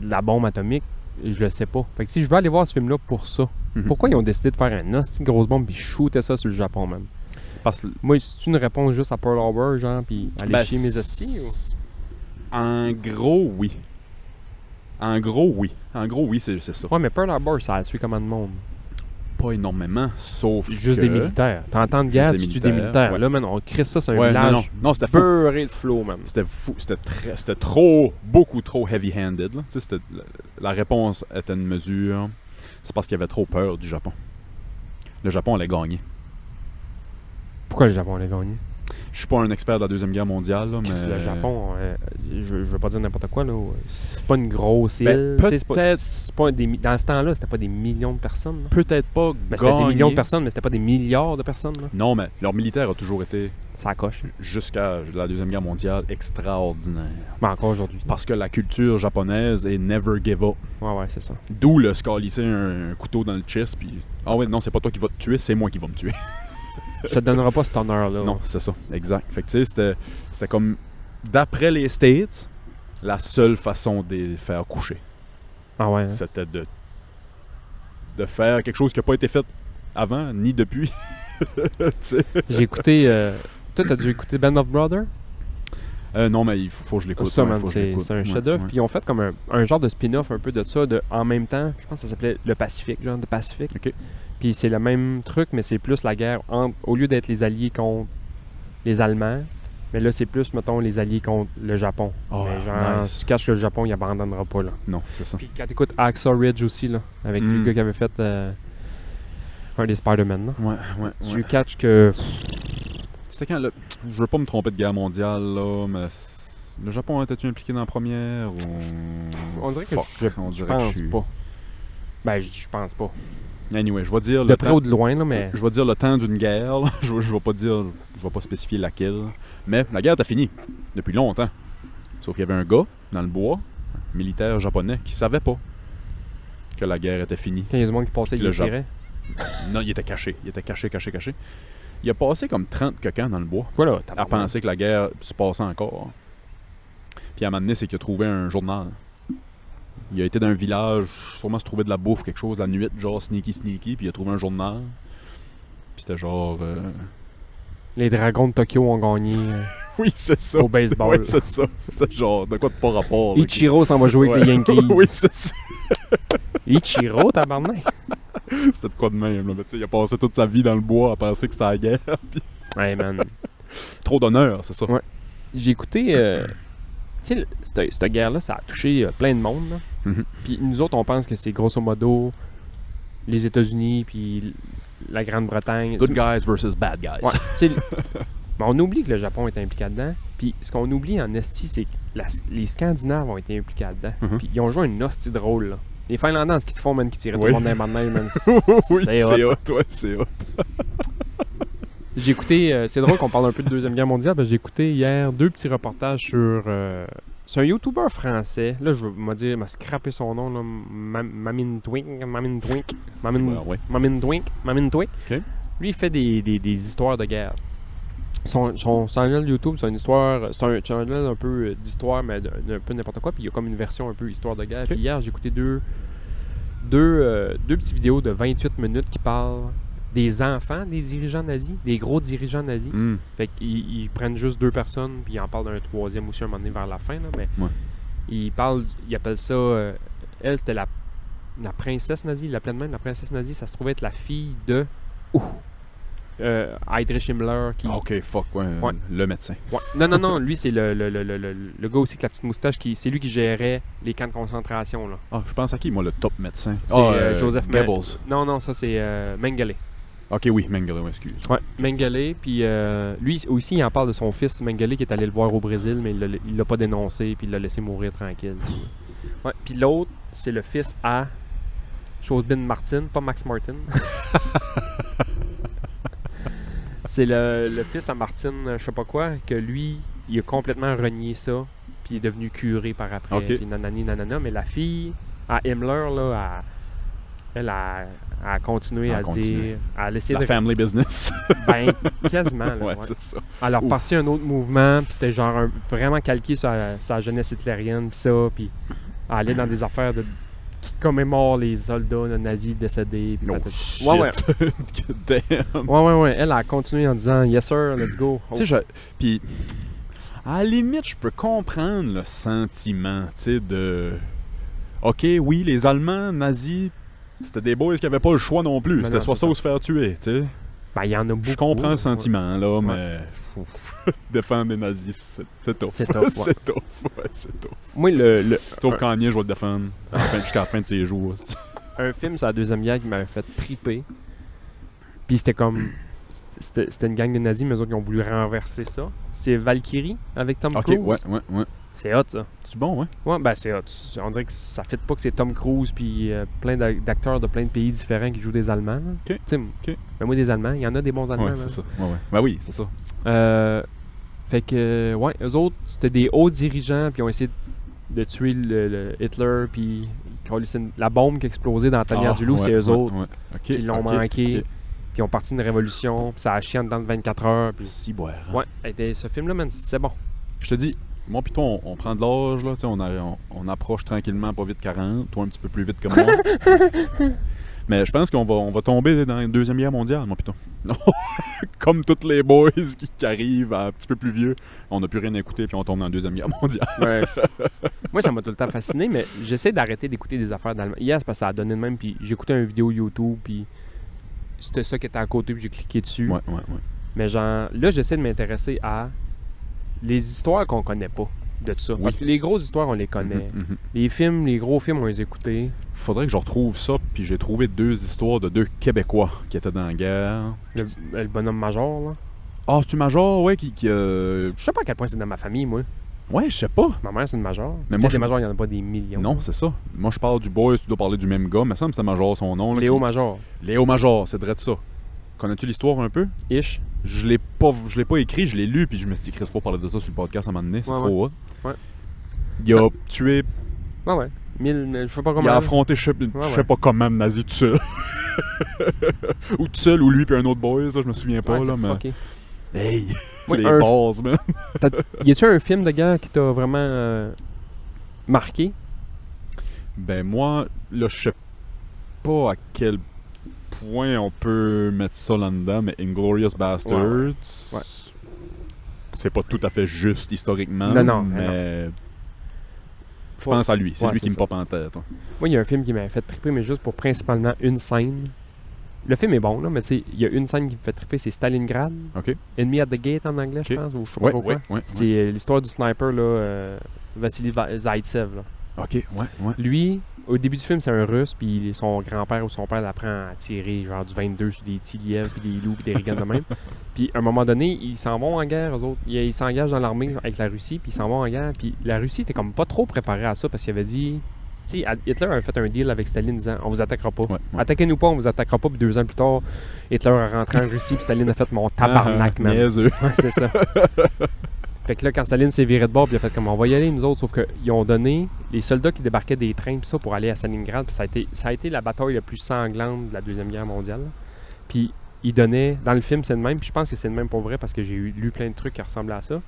Speaker 3: de la bombe atomique, je le sais pas. Fait que si je veux aller voir ce film-là pour ça,
Speaker 2: Mhm.
Speaker 3: pourquoi ils ont décidé de faire un hostie de grosse bombe puis shooter ça sur le Japon, man?
Speaker 2: Parce que
Speaker 3: Moi, c'est une réponse juste à Pearl Harbor, genre, puis aller
Speaker 2: Ben,
Speaker 3: chier mes hosties ou.
Speaker 2: En gros, oui. En gros, oui. En gros, oui, c'est c'est ça.
Speaker 3: Ouais, mais Pearl Harbor, ça a tué comment de monde?
Speaker 2: Pas énormément, sauf
Speaker 3: Juste
Speaker 2: que-
Speaker 3: des militaires. T'entends de guerre,
Speaker 2: des
Speaker 3: tu tues des
Speaker 2: militaires,
Speaker 3: militaires.
Speaker 2: ouais.
Speaker 3: Là, man, on crée ça sur un
Speaker 2: Ouais, non, non,
Speaker 3: village
Speaker 2: non, c'était fou.
Speaker 3: beurré de flow, man.
Speaker 2: C'était fou. C'était très- c'était trop, beaucoup trop heavy-handed. là. Tu sais, c'était- la- La réponse était une mesure. C'est parce qu'il y avait trop peur du Japon. Le Japon allait gagner.
Speaker 3: Pourquoi le Japon l'a gagné?
Speaker 2: Je suis pas un expert de la Deuxième Guerre mondiale, là,
Speaker 3: Chris,
Speaker 2: mais...
Speaker 3: Le Japon, euh, je, je veux pas dire n'importe quoi, là. euh, C'est pas une grosse île.
Speaker 2: Ben,
Speaker 3: tu sais, c'est pas-
Speaker 2: peut-être-
Speaker 3: c'est pas des mi- Dans ce temps-là, c'était pas des millions de personnes. là.
Speaker 2: Peut-être pas
Speaker 3: Ben, c'était des millions de
Speaker 2: gagner.
Speaker 3: personnes, mais c'était pas des milliards de personnes. Là.
Speaker 2: Non, mais leur militaire a toujours été,
Speaker 3: Ça coche.
Speaker 2: jusqu'à la Deuxième Guerre mondiale, extraordinaire.
Speaker 3: Mais Ben, encore aujourd'hui.
Speaker 2: Parce que la culture japonaise est « never give up ».
Speaker 3: Ouais, ouais, c'est ça.
Speaker 2: D'où le scalisser un, un couteau dans le chest, puis ah ouais, non, c'est pas toi qui vas te tuer, c'est moi qui va me tuer.
Speaker 3: Je te donnerai pas cet honneur-là.
Speaker 2: Non, c'est ça, exact. Fait que tu sais, c'était- c'était comme, d'après les States, la seule façon de les faire coucher,
Speaker 3: Ah ouais. hein.
Speaker 2: c'était de, de faire quelque chose qui n'a pas été fait avant, ni depuis. Tu sais.
Speaker 3: J'ai écouté. euh, Toi, t'as dû écouter Band of Brothers?
Speaker 2: Euh, non, mais il faut, faut que je l'écoute.
Speaker 3: ça,
Speaker 2: ouais,
Speaker 3: man,
Speaker 2: faut que je
Speaker 3: c'est
Speaker 2: l'écoute.
Speaker 3: c'est un
Speaker 2: Ouais,
Speaker 3: chef-d'œuvre.
Speaker 2: ouais.
Speaker 3: Puis ils ont fait comme un, un genre de spin-off un peu de ça, de en même temps. Je pense que ça s'appelait Le Pacifique, genre de Pacifique.
Speaker 2: Ok.
Speaker 3: Puis c'est le même truc, mais c'est plus la guerre. entre- au lieu d'être les alliés contre les Allemands, mais là, c'est plus, mettons, les alliés contre le Japon.
Speaker 2: Oh,
Speaker 3: mais ben, genre,
Speaker 2: nice.
Speaker 3: tu caches que le Japon, il abandonnera pas, là.
Speaker 2: Non, c'est ça.
Speaker 3: Puis quand t'écoutes Axa Ridge aussi, là, avec
Speaker 2: Mm.
Speaker 3: le gars qui avait fait euh, un des Spider-Man, là,
Speaker 2: Ouais, ouais, ouais.
Speaker 3: tu catches que.
Speaker 2: C'était quand le... Je veux pas me tromper de guerre mondiale, là, mais le Japon était-tu impliqué dans la première ou...
Speaker 3: On dirait que
Speaker 2: Fuck,
Speaker 3: je,
Speaker 2: on
Speaker 3: je
Speaker 2: dirait que
Speaker 3: pense
Speaker 2: suis-
Speaker 3: pas. Ben, je- je pense pas.
Speaker 2: Anyway, je vais dire
Speaker 3: De
Speaker 2: le
Speaker 3: près
Speaker 2: temps-
Speaker 3: ou de loin, là, mais.
Speaker 2: Je vais dire le temps d'une guerre. là. Je, vais- je vais pas dire, je vais pas spécifier laquelle. Mais la guerre était finie depuis longtemps. Sauf qu'il y avait un gars dans le bois, un militaire japonais, qui savait pas que la guerre était finie.
Speaker 3: Quand il y a du monde qui passait, il
Speaker 2: Le
Speaker 3: le
Speaker 2: Japon.
Speaker 3: tirait.
Speaker 2: Non, il était caché. Il était caché, caché, caché. Il a passé comme 30 coquins dans le bois
Speaker 3: Voilà,
Speaker 2: à penser que la guerre se passait encore. Puis à un moment donné, c'est qu'il a trouvé un journal. Il a été dans un village, sûrement se trouver de la bouffe, quelque chose, la nuit, genre sneaky sneaky, puis il a trouvé un journal. Puis c'était genre. euh,
Speaker 3: Les dragons de Tokyo ont gagné. euh,
Speaker 2: Oui, c'est ça.
Speaker 3: Au baseball.
Speaker 2: Oui, c'est ça. C'est genre, de quoi de pas rapport. là, qui-
Speaker 3: Euh, Ichiro s'en va jouer avec les
Speaker 2: Oh, Ouais.
Speaker 3: Yankees.
Speaker 2: oui, c'est ça.
Speaker 3: Ichiro, tabarnak.
Speaker 2: C'était de quoi de même, là. Mais tu sais, il a passé toute sa vie dans le bois à penser que c'était la guerre.
Speaker 3: Ouais, man.
Speaker 2: Trop d'honneur, c'est ça.
Speaker 3: Ouais. J'ai écouté. euh, tu sais, le- cette, cette guerre-là, ça a touché euh, plein de monde. là.
Speaker 2: Mhm.
Speaker 3: Puis nous autres, on pense que c'est grosso modo les États-Unis, puis l- la Grande-Bretagne.
Speaker 2: Good guys versus bad guys.
Speaker 3: Ouais, tu sais, le- Mais on oublie que le Japon est impliqué dedans. Puis ce qu'on oublie en Estie, c'est que la- les Scandinaves ont été impliqués dedans.
Speaker 2: Mhm.
Speaker 3: Puis ils ont joué une hostie drôle. Là. Les Finlandais, en ski de fond, man, qui tiraient tout
Speaker 2: Oui.
Speaker 3: le monde dans les mains de même, man.
Speaker 2: oui,
Speaker 3: C'est
Speaker 2: c'est
Speaker 3: hot.
Speaker 2: hot, ouais, c'est hot.
Speaker 3: J'ai écouté, euh, c'est drôle qu'on parle un peu de Deuxième Guerre mondiale, parce que j'ai écouté hier deux petits reportages sur. euh, c'est un YouTuber français. Là, je vais me dire, m'a scrappé son nom, là. Ma- Mamine Twink, Mamine Twink, Mamine,
Speaker 2: Ouais, ouais.
Speaker 3: Mamine Twink, Mamine Twink.
Speaker 2: Ok.
Speaker 3: Lui, il fait des, des, des histoires de guerre. Son, son channel YouTube, c'est une histoire. C'est un channel un peu euh, d'histoire, mais d'un d'un peu n'importe quoi. Puis il y a comme une version un peu histoire de guerre.
Speaker 2: Ok.
Speaker 3: Puis hier, j'ai écouté deux, deux, euh, deux petites vidéos de 28 minutes qui parlent des enfants des dirigeants nazis, des gros dirigeants nazis.
Speaker 2: Hmm.
Speaker 3: Fait qu'ils ils prennent juste deux personnes, puis ils en parlent d'un troisième aussi un moment donné vers la fin, là, mais
Speaker 2: Ouais.
Speaker 3: ils parlent, ils appellent ça, euh, elle c'était la, la princesse nazie, la pleine même, la princesse nazie, ça se trouvait être la fille de Ouh, euh, Heinrich Himmler qui...
Speaker 2: Ok, fuck, ouais,
Speaker 3: Ouais.
Speaker 2: Le médecin.
Speaker 3: Ouais. Non, non, non, lui c'est le, le, le, le, le- le gars aussi avec la petite moustache, qui c'est lui qui gérait les camps de concentration, là.
Speaker 2: Ah, je pense à qui, moi, le top médecin Ah,
Speaker 3: C'est, euh, Joseph Ma-
Speaker 2: Goebbels.
Speaker 3: Non, non, ça c'est euh, Mengele.
Speaker 2: Ok, oui, Mengele, ouais, excuse.
Speaker 3: Ouais, Mengele, puis euh, lui aussi, il en parle de son fils Mengele qui est allé le voir au Brésil, mais il l'a- il l'a pas dénoncé, puis il l'a laissé mourir tranquille. Ouais, puis l'autre, c'est le fils à Chauvin Martin, pas Max Martin. c'est le, le fils à Martin, euh, je sais pas quoi, que lui, il a complètement renié ça, puis il est devenu curé par après,
Speaker 2: Ok.
Speaker 3: puis nanani nanana, mais la fille à Himmler, là, a, elle a, a continué
Speaker 2: Elle a
Speaker 3: à
Speaker 2: continué.
Speaker 3: dire, à laisser
Speaker 2: La
Speaker 3: de
Speaker 2: family business.
Speaker 3: ben, quasiment. Là,
Speaker 2: ouais,
Speaker 3: ouais.
Speaker 2: c'est ça.
Speaker 3: Elle a
Speaker 2: Ouf.
Speaker 3: reparti un autre mouvement, puis c'était genre un- vraiment calqué sur la- sa jeunesse hitlérienne, puis ça, puis elle allait dans des affaires de, qui commémorent les soldats nazis décédés. puis
Speaker 2: Oh,
Speaker 3: patati-
Speaker 2: shit.
Speaker 3: Ouais, ouais.
Speaker 2: Damn.
Speaker 3: Ouais, ouais, ouais. Elle a continué en disant Yes, sir, let's go. Oh.
Speaker 2: Tu sais, je... Puis, à la limite, je peux comprendre le sentiment, tu sais, de... OK, oui, les Allemands nazis, c'était des boys qui avaient pas le choix non plus.
Speaker 3: Non,
Speaker 2: C'était
Speaker 3: non,
Speaker 2: soit
Speaker 3: c'est
Speaker 2: ça
Speaker 3: ça.
Speaker 2: ou se faire tuer, tu sais.
Speaker 3: Ben, il y en a beaucoup.
Speaker 2: Je comprends
Speaker 3: ouais.
Speaker 2: le sentiment, là, mais... Défendre les nazis, c'est- c'est tough.
Speaker 3: C'est tough, ouais.
Speaker 2: c'est tough, ouais, c'est tough.
Speaker 3: Moi, le, le-
Speaker 2: Sauf qu'en je vais le défendre à la fin- jusqu'à la fin de ses jours. c'est-
Speaker 3: un film sur la Deuxième Guerre qui m'avait fait triper, puis c'était comme. C'était c'était une gang de nazis, mais eux autres, ils ont voulu renverser ça. C'est Valkyrie avec Tom
Speaker 2: OK,
Speaker 3: Cruise.
Speaker 2: ouais, ouais, ouais.
Speaker 3: C'est hot, ça.
Speaker 2: C'est bon, ouais?
Speaker 3: Ouais, ben c'est hot. C'est- On dirait que ça fait pas que c'est Tom Cruise puis euh, plein d'a- d'acteurs de plein de pays différents qui jouent des Allemands. là.
Speaker 2: Ok.
Speaker 3: Tu sais, Ben moi des Allemands, il y en a des bons Allemands.
Speaker 2: Ouais,
Speaker 3: là.
Speaker 2: c'est ça. Ouais, ouais. Ben oui, c'est ça.
Speaker 3: Euh, fait que euh, ouais, eux autres, c'était des hauts dirigeants puis ils ont essayé de, de tuer le, le Hitler puis ils collissaient une- la bombe qui a explosé dans la tanière
Speaker 2: Ah,
Speaker 3: du loup,
Speaker 2: ouais,
Speaker 3: c'est eux
Speaker 2: ouais,
Speaker 3: autres
Speaker 2: ouais. OK,
Speaker 3: qui l'ont
Speaker 2: OK,
Speaker 3: manqué.
Speaker 2: OK.
Speaker 3: Puis ils ont parti une révolution, puis ça a chié en dedans de 24 heures. Puis...
Speaker 2: Si, boire, hein.
Speaker 3: Ouais, hey, t'es- ce film-là, man, c'est bon.
Speaker 2: Je te dis, moi pis toi, on, on prend de l'âge, là, tu sais, on, a- on, on approche tranquillement, pas vite 40, toi un petit peu plus vite que moi. Mais je pense qu'on va, on va tomber dans la Deuxième Guerre mondiale, moi pis toi. Comme tous les boys qui, qui arrivent à un petit peu plus vieux, on n'a plus rien écouté puis on tombe dans la Deuxième Guerre mondiale.
Speaker 3: Ouais. Moi, ça m'a tout le temps fasciné, mais j'essaie d'arrêter d'écouter des affaires d'allemand. Hier, c'est parce que ça a donné de même, puis j'écoutais une vidéo YouTube, puis c'était ça qui était à côté, puis j'ai cliqué dessus.
Speaker 2: Ouais, ouais, ouais.
Speaker 3: Mais genre, là, j'essaie de m'intéresser à les histoires qu'on connaît pas de ça. Parce que les grosses histoires, on les connaît.
Speaker 2: Mhm, mhm.
Speaker 3: Les films, les gros films, on les écoutait.
Speaker 2: Faudrait que je retrouve ça, puis j'ai trouvé deux histoires de deux Québécois qui étaient dans la guerre.
Speaker 3: Le, le bonhomme major, là.
Speaker 2: Ah, c'est-tu Major, ouais, qui. qui euh,
Speaker 3: Je sais pas à quel point c'est dans ma famille, moi.
Speaker 2: Ouais, je sais pas.
Speaker 3: Ma mère, c'est une major.
Speaker 2: Mais
Speaker 3: Mais
Speaker 2: moi,
Speaker 3: moi,
Speaker 2: je-
Speaker 3: des majors, il n'y en a pas des millions.
Speaker 2: Non, c'est ça. Moi, je parle du boy, tu dois parler du même gars. Mais ça me semble que c'était Major son nom. là,
Speaker 3: Léo
Speaker 2: qui-
Speaker 3: Major.
Speaker 2: Léo Major, c'est vrai de ça. Connais-tu l'histoire un peu?
Speaker 3: Ish.
Speaker 2: Je l'ai pas, je l'ai pas écrit, je l'ai lu, puis je me suis dit, Chris, faut parler de ça sur le podcast à un moment donné, c'est
Speaker 3: Ouais,
Speaker 2: trop hot.
Speaker 3: Ouais.
Speaker 2: Il a tué,
Speaker 3: Ouais, ouais. Mille, mais je sais pas
Speaker 2: il
Speaker 3: comment.
Speaker 2: a affronté, je sais, je
Speaker 3: Ouais,
Speaker 2: sais
Speaker 3: ouais.
Speaker 2: pas comment, un nazi tout seul. ou tout seul, ou lui, puis un autre boy, ça, je me souviens pas,
Speaker 3: Ouais,
Speaker 2: là,
Speaker 3: c'est
Speaker 2: mais.
Speaker 3: fucké.
Speaker 2: Hey!
Speaker 3: Ouais,
Speaker 2: les
Speaker 3: un-
Speaker 2: bases, man!
Speaker 3: Y a-tu un film de guerre qui t'a vraiment euh, marqué
Speaker 2: Ben, moi, là, je sais pas à quel point on peut mettre ça là-dedans, mais Inglorious Bastards.
Speaker 3: Ouais, ouais.
Speaker 2: C'est pas tout à fait juste historiquement.
Speaker 3: Non, non, mais
Speaker 2: mais. Je pense à lui, c'est
Speaker 3: Ouais,
Speaker 2: lui
Speaker 3: c'est
Speaker 2: qui me
Speaker 3: ça.
Speaker 2: pop en tête. hein.
Speaker 3: Moi, il y a un film qui m'avait fait triper, mais juste pour principalement une scène. Le film est bon, là, mais tu sais, il y a une scène qui me fait triper, c'est Stalingrad.
Speaker 2: Ok.
Speaker 3: Enemy at the Gate en anglais, je
Speaker 2: Ok.
Speaker 3: pense, ou je sais pas
Speaker 2: Ouais,
Speaker 3: trop
Speaker 2: ouais,
Speaker 3: quoi.
Speaker 2: ouais.
Speaker 3: C'est euh, l'histoire du sniper, là, euh, Vassili Va- Zaitsev. là.
Speaker 2: Ok, ouais, ouais.
Speaker 3: Lui, au début du film, c'est un russe, puis il- son grand-père ou son père l'apprend à tirer genre du 22 sur des petits lièvres, puis des loups, puis des riganes de même. Puis à un moment donné, ils s'en vont en guerre, eux autres. Ils ils s'engagent dans l'armée avec la Russie, puis ils s'en vont en guerre. Puis la Russie était comme pas trop préparée à ça parce qu'il avait dit. Tu sais, Hitler avait fait un deal avec Staline disant on vous attaquera pas.
Speaker 2: ouais, ouais.
Speaker 3: Attaquez-nous pas, on vous attaquera pas. Puis deux ans plus tard, Hitler est rentré en Russie, puis Staline a fait mon tabarnak,
Speaker 2: Ah,
Speaker 3: man.
Speaker 2: niaiseux.
Speaker 3: Ouais, c'est ça. fait que là, quand Staline s'est viré de bord, puis il a fait comme on va y aller, nous autres, sauf qu'ils ont donné les soldats qui débarquaient des trains pis ça, pour aller à Stalingrad, puis ça a, été, ça a été la bataille la plus sanglante de la Deuxième Guerre mondiale. là. Puis ils donnaient, dans le film, c'est le même, puis je pense que c'est le même pour vrai parce que j'ai eu- lu plein de trucs qui ressemblaient à ça.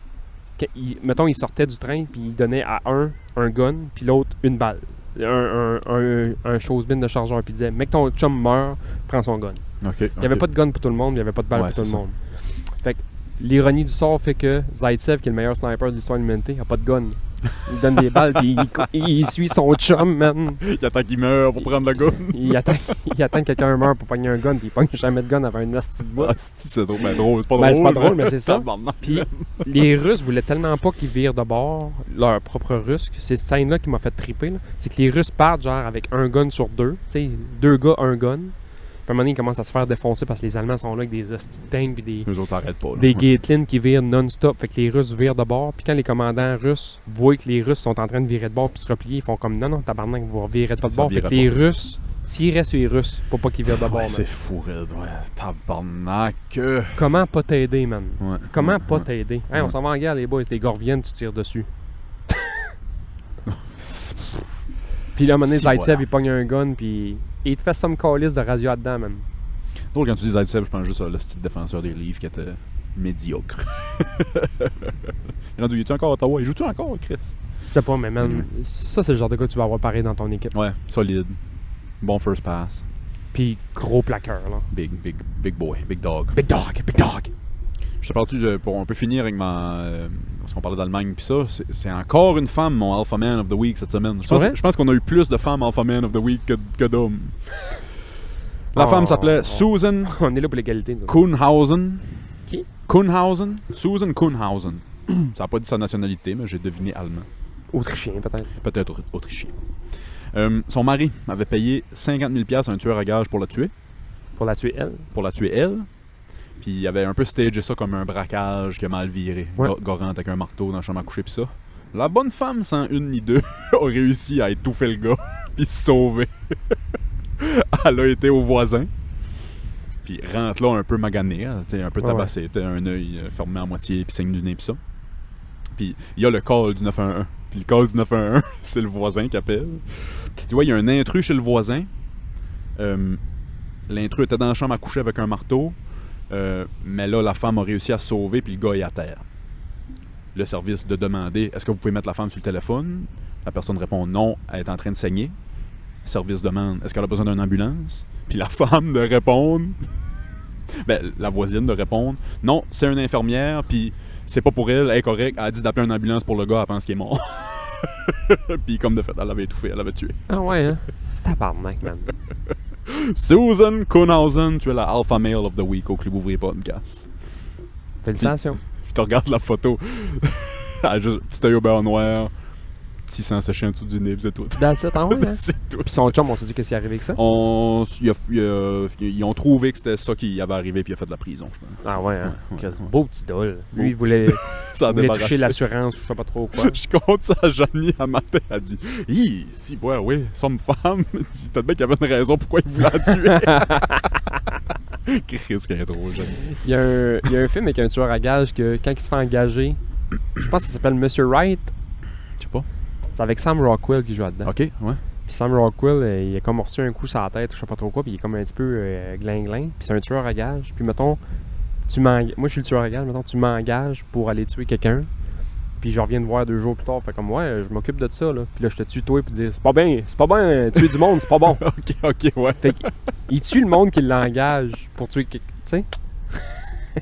Speaker 3: Que- ils- mettons, ils sortaient du train, puis ils donnaient à un un gun, puis l'autre une balle. Un, un, un, un chose-bin de chargeur, puis ils disaient Mec, ton chum meurt, prends son gun.
Speaker 2: Ok.
Speaker 3: Il n'y avait pas de gun pour tout le monde, il n'y avait pas de balle
Speaker 2: Ouais,
Speaker 3: pour tout le
Speaker 2: c'est ça.
Speaker 3: monde. Fait que l'ironie du sort fait que Zaitsev, qui est le meilleur sniper de l'histoire de l'humanité, n'a pas de gun. Il donne des balles, puis il, cou- il suit son chum, man.
Speaker 2: Il attend qu'il meurt pour prendre le gun.
Speaker 3: Il attend, il attend que quelqu'un meure pour pogner un gun, puis il pogne jamais de gun avant un nasty de bois.
Speaker 2: Ah, c'est c'est drôle, ben drôle, c'est pas drôle.
Speaker 3: Ben, c'est pas drôle, mais c'est ça.
Speaker 2: Tabarnak.
Speaker 3: Puis les Russes voulaient tellement pas qu'ils virent de bord leur propre Russe. que C'est cette scène-là qui m'a fait triper. là. C'est que les Russes partent genre avec un gun sur deux. Tu sais, deux gars, un gun. Puis à un moment donné, ils commencent à se faire défoncer parce que les Allemands sont là avec des hosties de tanks puis des,
Speaker 2: Eux autres s'arrêtent pas. là.
Speaker 3: des Gatlin qui virent non-stop. Fait que les Russes virent de bord. Puis quand les commandants russes voient que les Russes sont en train de virer de bord puis se replier, ils font comme non, non, tabarnak, vous revirez pas de
Speaker 2: Ça
Speaker 3: bord. Fait
Speaker 2: vire
Speaker 3: que
Speaker 2: de
Speaker 3: les
Speaker 2: bord.
Speaker 3: Russes tiraient sur les Russes pour pas qu'ils virent de bord.
Speaker 2: Ouais,
Speaker 3: man.
Speaker 2: c'est fou, raide, ouais. Tabarnak. Ouais.
Speaker 3: Comment pas t'aider, man? Comment
Speaker 2: Ouais,
Speaker 3: pas t'aider? Hey, on
Speaker 2: Ouais.
Speaker 3: s'en va en guerre, les boys. Les gars reviennent, tu tires dessus. Puis là, à un moment donné,
Speaker 2: Si,
Speaker 3: Zaitsev,
Speaker 2: voilà.
Speaker 3: il pogne un gun, puis il te fait some calice de radio là-dedans, man.
Speaker 2: Drôle quand tu dis Zaitsev, je pense juste à le style défenseur des livres qui était médiocre. Il est rendu, il est encore à Ottawa? Il joue-tu encore, Chris?
Speaker 3: Je sais pas, mais man,
Speaker 2: Mm.
Speaker 3: ça, c'est le genre de gars que tu vas avoir pareil dans ton équipe.
Speaker 2: Ouais, solide. Bon first pass.
Speaker 3: Puis gros plaqueur, là.
Speaker 2: Big, big, big boy, big dog.
Speaker 3: Big dog, big dog.
Speaker 2: Je te parle-tu, de- pour, on peut finir avec ma... euh, parce qu'on parlait d'Allemagne puis ça, c'est- c'est encore une femme mon Alpha Man of the Week cette semaine. Je
Speaker 3: C'est
Speaker 2: pense,
Speaker 3: vrai?
Speaker 2: je pense qu'on a eu plus de femmes Alpha Man of the Week que, que d'hommes. La
Speaker 3: Oh.
Speaker 2: femme s'appelait Susan
Speaker 3: On est là pour l'égalité, nous autres.
Speaker 2: Kuhnhausen.
Speaker 3: Qui?
Speaker 2: Kuhnhausen. Susan Kuhnhausen. ça n'a pas dit sa nationalité, mais j'ai deviné allemand.
Speaker 3: Autrichien, peut-être.
Speaker 2: Peut-être autre- autrichien. Euh, son mari avait payé 50 000 pièces à un tueur à gage pour la tuer
Speaker 3: Pour la tuer, elle.
Speaker 2: pour la tuer elle. Puis il avait un peu stagé ça comme un braquage qui a mal viré.
Speaker 3: Ouais.
Speaker 2: Go- Gorante avec un marteau dans la chambre à coucher pis ça. La bonne femme, sans une ni deux, a réussi à étouffer le gars puis se sauver. elle a été au voisin. Puis rentre là un peu maganée, hein, t'sais, un peu
Speaker 3: Ouais, ouais.
Speaker 2: tabassée, t'as un œil euh, fermé à moitié puis signe du nez pis ça. Puis il y a le call du 911. Puis le call du 911, c'est le voisin qui appelle. Tu vois, il y a un intrus chez le voisin. Euh, L'intrus était dans la chambre à coucher avec un marteau. Euh, mais là, la femme a réussi à se sauver, puis le gars est à terre. Le service de demander est-ce que vous pouvez mettre la femme sur le téléphone La personne répond non, elle est en train de saigner. Service demande est-ce qu'elle a besoin d'une ambulance Puis la femme de répondre ben, la voisine de répondre non, c'est une infirmière, puis c'est pas pour elle, elle est correcte, elle a dit d'appeler une ambulance pour le gars, elle pense qu'il est mort. puis comme de fait, elle l'avait étouffé, elle l'avait tué.
Speaker 3: Ah ouais, hein? Tabarnak, man.
Speaker 2: Susan Kuhnhausen, tu es la Alpha Male of the Week au Club Ouvrier Podcast.
Speaker 3: Félicitations.
Speaker 2: Puis tu regardes la photo. Elle a juste un petit œil au beurre noir, petit 600 séchés en dessous du nez, puis c'est tout.
Speaker 3: Dans ça, t'en ouais, hein?
Speaker 2: C'est tout.
Speaker 3: Puis son chum, on sait qu'est-ce qui est arrivé avec ça?
Speaker 2: On, il a- il a- ils ont trouvé que c'était ça qui avait arrivé, puis il a fait de la prison, je pense.
Speaker 3: Ah ouais, hein?
Speaker 2: Ouais,
Speaker 3: Chris,
Speaker 2: ouais.
Speaker 3: Beau petit dol.
Speaker 2: Beau
Speaker 3: Lui, il voulait,
Speaker 2: Ça a
Speaker 3: il voulait toucher
Speaker 2: débarrassé.
Speaker 3: l'assurance ou je sais pas trop quoi.
Speaker 2: Je compte ça à Janie à matin. Elle dit Hi, si, ouais, oui, somme femme. dit Peut-être bien qu'il y avait une raison pourquoi il voulait la tuer. Chris, qu'elle est drôle, Janie.
Speaker 3: Il y, a un, il y a un film avec un tueur à gages que quand il se fait engager, je pense que ça s'appelle Monsieur Wright.
Speaker 2: Je sais pas.
Speaker 3: C'est avec Sam Rockwell qui joue là-dedans.
Speaker 2: Ok, ouais.
Speaker 3: Puis Sam Rockwell, euh, il a comme reçu un coup sur la tête, ou je sais pas trop quoi, puis il est comme un petit peu euh, glingling. Puis c'est un tueur à gages. Puis mettons, tu m'engages. Moi, je suis le tueur à gages. Mettons, tu m'engages pour aller tuer quelqu'un. Puis je reviens te voir deux jours plus tard. Fait comme, ouais, je m'occupe de ça, là. Puis là, je te tue, toi, puis dire, c'est pas bien, c'est pas bien, euh, tuer du monde, c'est pas bon.
Speaker 2: Ok, ok, ouais.
Speaker 3: Fait qu'il tue le monde qui l'engage pour tuer quelqu'un. Tu sais?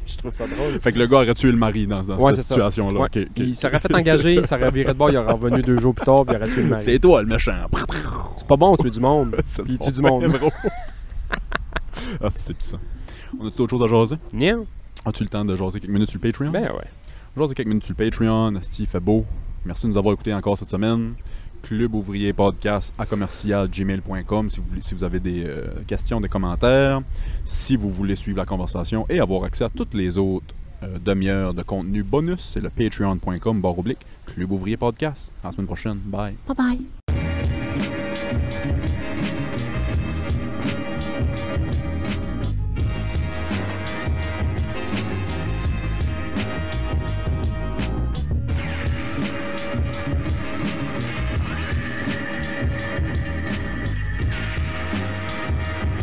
Speaker 3: je trouve ça drôle.
Speaker 2: Fait que le gars aurait tué le mari dans, dans
Speaker 3: Ouais,
Speaker 2: cette
Speaker 3: c'est ça.
Speaker 2: situation-là.
Speaker 3: Ouais.
Speaker 2: Ok, ok.
Speaker 3: Il s'aurait fait engager, il s'aurait viré de bord, il aurait revenu deux jours plus tard, puis il aurait tué le mari.
Speaker 2: C'est toi le méchant.
Speaker 3: C'est pas bon, tuer du monde.
Speaker 2: C'est
Speaker 3: Puis il
Speaker 2: bon,
Speaker 3: tue du
Speaker 2: ben
Speaker 3: monde.
Speaker 2: drôle. ah, c'est pissant. On a tout autre chose à jaser
Speaker 3: Nien?
Speaker 2: As-tu le temps de jaser quelques minutes sur le Patreon
Speaker 3: Ben ouais.
Speaker 2: Jaser quelques minutes sur le Patreon. Asti, il fait beau. Merci de nous avoir écoutés encore cette semaine. Club Ouvrier Podcast à commercial gmail.com si vous, voulez- si vous avez des euh, questions, des commentaires, si vous voulez suivre la conversation et avoir accès à toutes les autres euh, demi-heures de contenu bonus, c'est le patreon.com barre oblique Club Ouvrier Podcast. À la semaine prochaine. Bye.
Speaker 4: Bye bye.